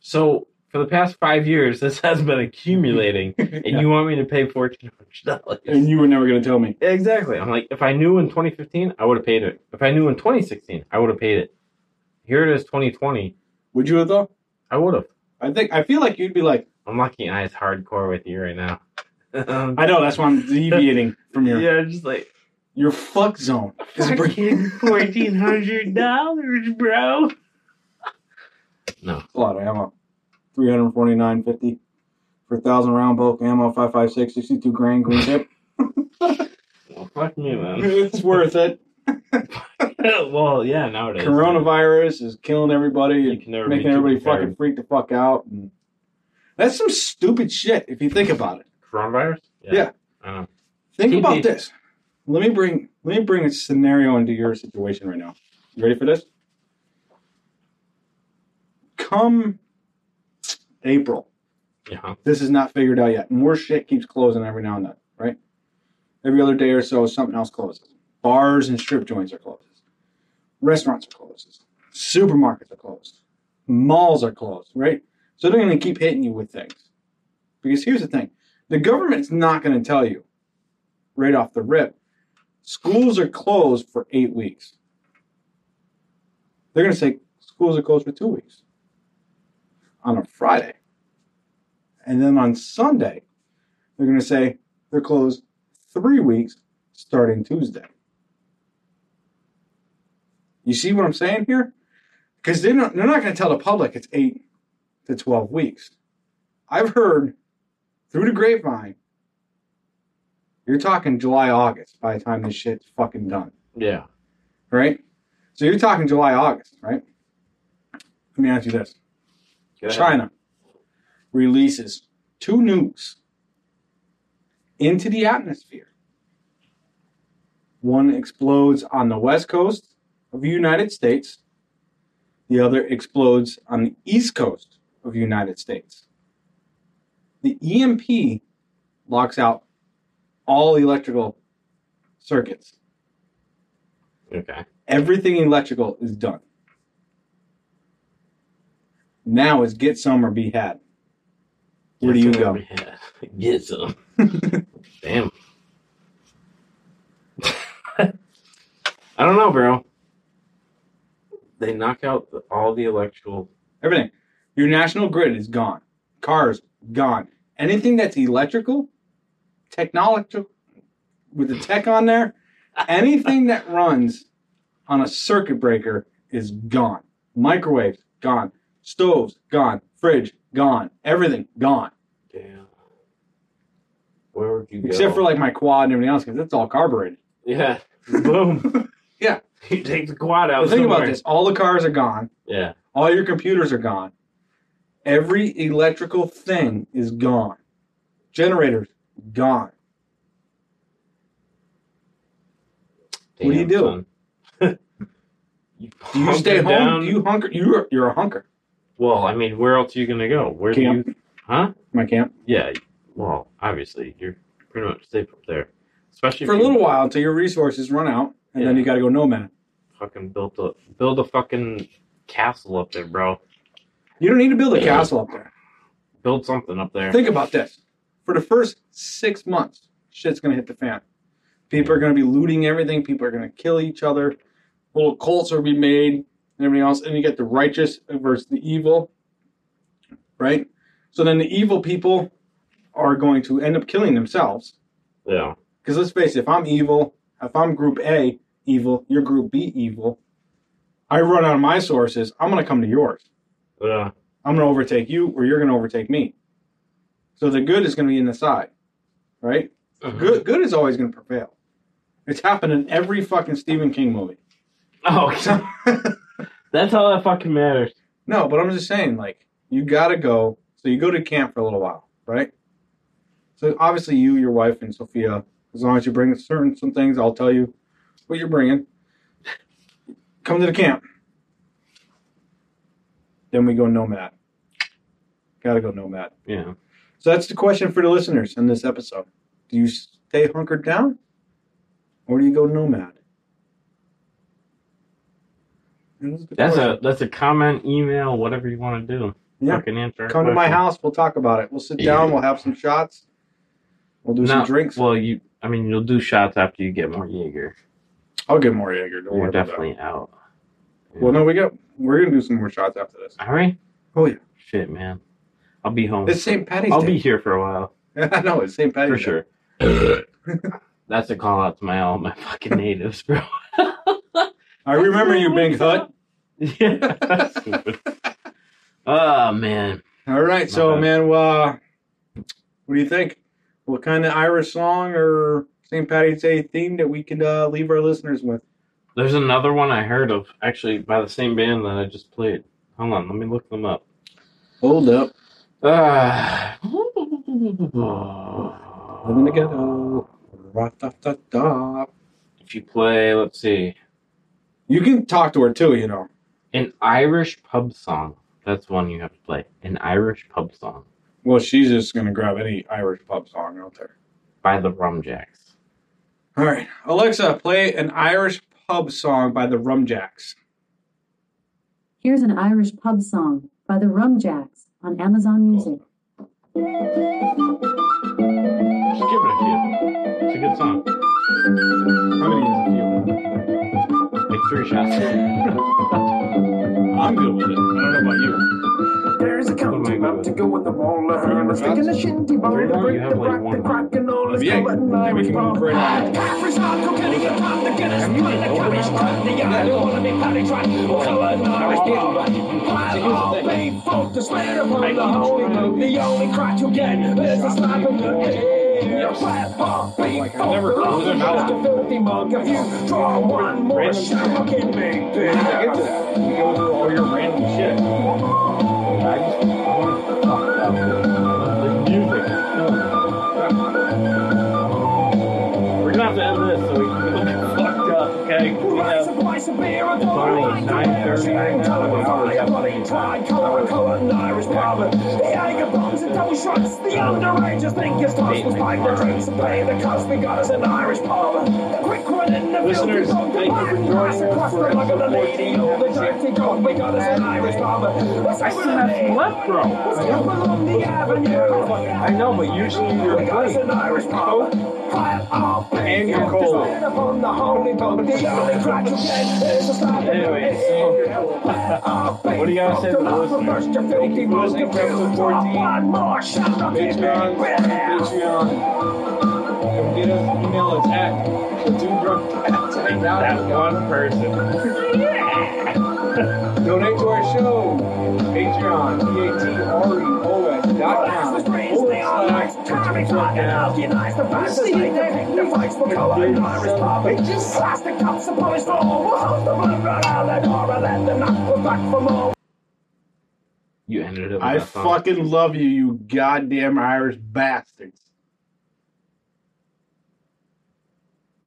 so for the past five years, this has been accumulating, and you want me to pay fourteen hundred dollars?
And you were never going to tell me.
Exactly. I'm like, if I knew in 2015, I would have paid it. If I knew in 2016, I would have paid it. Here it is, 2020.
Would you have though?
I would have.
I think I feel like you'd be like,
I'm locking eyes hardcore with you right now.
I know that's why I'm deviating from your
yeah, just like
your fuck zone. Is bringing
fourteen hundred dollars, bro. No.
a lot of ammo. 349.50 for a thousand round bulk ammo, 556, 62 grain green tip.
Well, fuck me, man.
it's worth it.
well, yeah, nowadays.
Coronavirus is killing everybody
can never
and
be
making
too
everybody
prepared.
fucking freak the fuck out. And that's some stupid shit if you think about it.
Coronavirus?
Yeah.
I know.
Think
TB.
about this. Let me bring let me bring a scenario into your situation right now. You ready for this? Come April,
Yeah.
this is not figured out yet. More shit keeps closing every now and then, right? Every other day or so, something else closes. Bars and strip joints are closed. Restaurants are closed. Supermarkets are closed. Malls are closed, right? So they're going to keep hitting you with things. Because here's the thing the government's not going to tell you right off the rip. Schools are closed for eight weeks. They're going to say schools are closed for two weeks on a Friday. And then on Sunday, they're going to say they're closed three weeks starting Tuesday. You see what I'm saying here? Because they're not, they're not going to tell the public it's eight to 12 weeks. I've heard through the grapevine, you're talking July, August by the time this shit's fucking done,
Yeah.
right? So you're talking July, August, right? Let me ask you this
Go ahead.
China releases two nukes into the atmosphere. One explodes on the west coast of the United States. The other explodes on the east coast of the United States. The EMP locks out all electrical circuits.
Okay.
Everything electrical is done. Now is get some or be had. Where do you go?
Get some. Damn. I don't know, bro. They knock out the, all the electrical.
Everything. Your national grid is gone. Cars gone. Anything that's electrical, technology, with the tech on there, anything that runs on a circuit breaker is gone. Microwaves gone. Stoves gone. Fridge gone. Everything gone.
Where would you go?
Except for like my quad and everything else, because it's all carbureted.
Yeah. Boom.
yeah.
You take the quad out.
But think about
somewhere.
this: all the cars are gone.
Yeah.
All your computers are gone. Every electrical thing is gone. Generators gone. what do you
Damn,
do? Do
son.
you
Hunker
stay home?
down.
Do you hunker? You're you're a hunker.
Well, I mean, where else are you gonna go? Where
Camp.
do you? Huh?
My camp.
Yeah. Well, obviously, you're pretty much safe up there, especially
for a
if you
little while until your resources run out, and then you got to go nomad.
fucking built a build a fucking castle up there, bro.
You don't need to build a castle up there.
Build something up there.
Think about this: for the first six months, shit's gonna hit the fan. People are gonna be looting everything. People are gonna kill each other. Little cults are be made and everything else, and you get the righteous versus the evil, right? So then the evil people are going to end up killing themselves.
Yeah.
Because let's face it, if I'm evil, if I'm group A evil, your group B evil, I run out of my sources, I'm going to come to yours.
Yeah.
I'm going to overtake you or you're going to overtake me. So the good is going to be in the side, right? Good, good is always going to prevail. It's happened in every fucking Stephen King movie.
Oh, that's all that fucking matters.
No, but I'm just saying, like, you got to go. So you go to camp for a little while, right? So obviously, you, your wife, and Sophia, as long as you bring certain some things, I'll tell you what you're bringing. Come to the camp. Then we go nomad. Got to go nomad.
Yeah.
So that's the question for the listeners in this episode. Do you stay hunkered down or do you go nomad?
That's a that's a comment, email, whatever you want to do.
Yeah.
Fucking answer. our
Come to my
question.
house. We'll talk about it. We'll sit down. We'll have some shots. We'll do some
No,
drinks.
Well, you. I mean, you'll do shots after you get more Jaeger.
I'll get more Jaeger. Don't
You're
worry about
definitely out.
Well, no, we got. We're gonna do some more shots after this.
All right.
Oh yeah.
Shit, man. I'll be home.
It's St. Patty's
I'll
Day.
be here for a while.
I know it's St. Patty's
for sure. That's a call out to my all my fucking natives, bro.
I remember you, Big Hut.
Yeah. oh man.
All right, so man, well, uh, what do you think? What kind of Irish song or St. Patty's Day theme that we could uh, leave our listeners with?
There's another one I heard of actually by the same band that I just played. Hold on, let me look them up.
Hold up.
Uh,
Living the ghetto. Uh, Ra-ta-ta-ta.
if you play, let's see,
You can talk to her too, you know.
an Irish pub song. That's one you have to play. An Irish pub song
Well, she's just gonna grab any Irish pub song out there.
by the Rumjacks.
All right, Alexa, play an Irish pub song by the Rumjacks.
Here's an Irish pub song by the Rumjacks on Amazon Music.
Just give it a few. It's a good song.
How many is
a few? Like three shots. I'm good with it. I don't know about you.
There's a counting up to go in the wall of fame. It's taking a shinty ball to break the rock, the crack and all. Let's go at an Irish pub. Irish hard cocaine, a pop to get us by the cabbage trot. The yard wanna be paddy trot. Oh, go at an Irish pub. While all bay folk to swear upon the holy moon. The only crotch you get is a slap in the ear. While all bay folk belong to the filthy monk. If you draw one more shot, I'll get me big. Get to that. You go through all your random shit.
Finally, 9:30, I had another one hour, I got money. Tricolor, a color, an Irish problem. The anger bombs and double shots. The underagers think it's tough. Was buying the drinks and playing the cuss. We got us an Irish pub. The quick one in the
Listeners,
field.
thank you for joining us for
Look at the lady over the dirty dog. We got us an Irish pub. I still have left, bro. along the avenue. I know, but usually you're playing. an Irish pub. And you're cold. Upon the holy boat, the only crack you get is a slap in the
Anyway,
what do you gotta say to the listeners? Keep listening to episode 14. Patreon, Patreon. Come get us an email, it's at platoondrunk.com. That one person. Donate to our show. Patreon, P-A-T-R-E-O-N E dot com. Forward slash Platoon Drunk Now. See you next week. With Dave Sutton. Plastic cups are polished for all. We'll house the blood right out of that door and let them not come back for more.
You ended it with
I
that song.
fucking love you, you goddamn Irish bastards.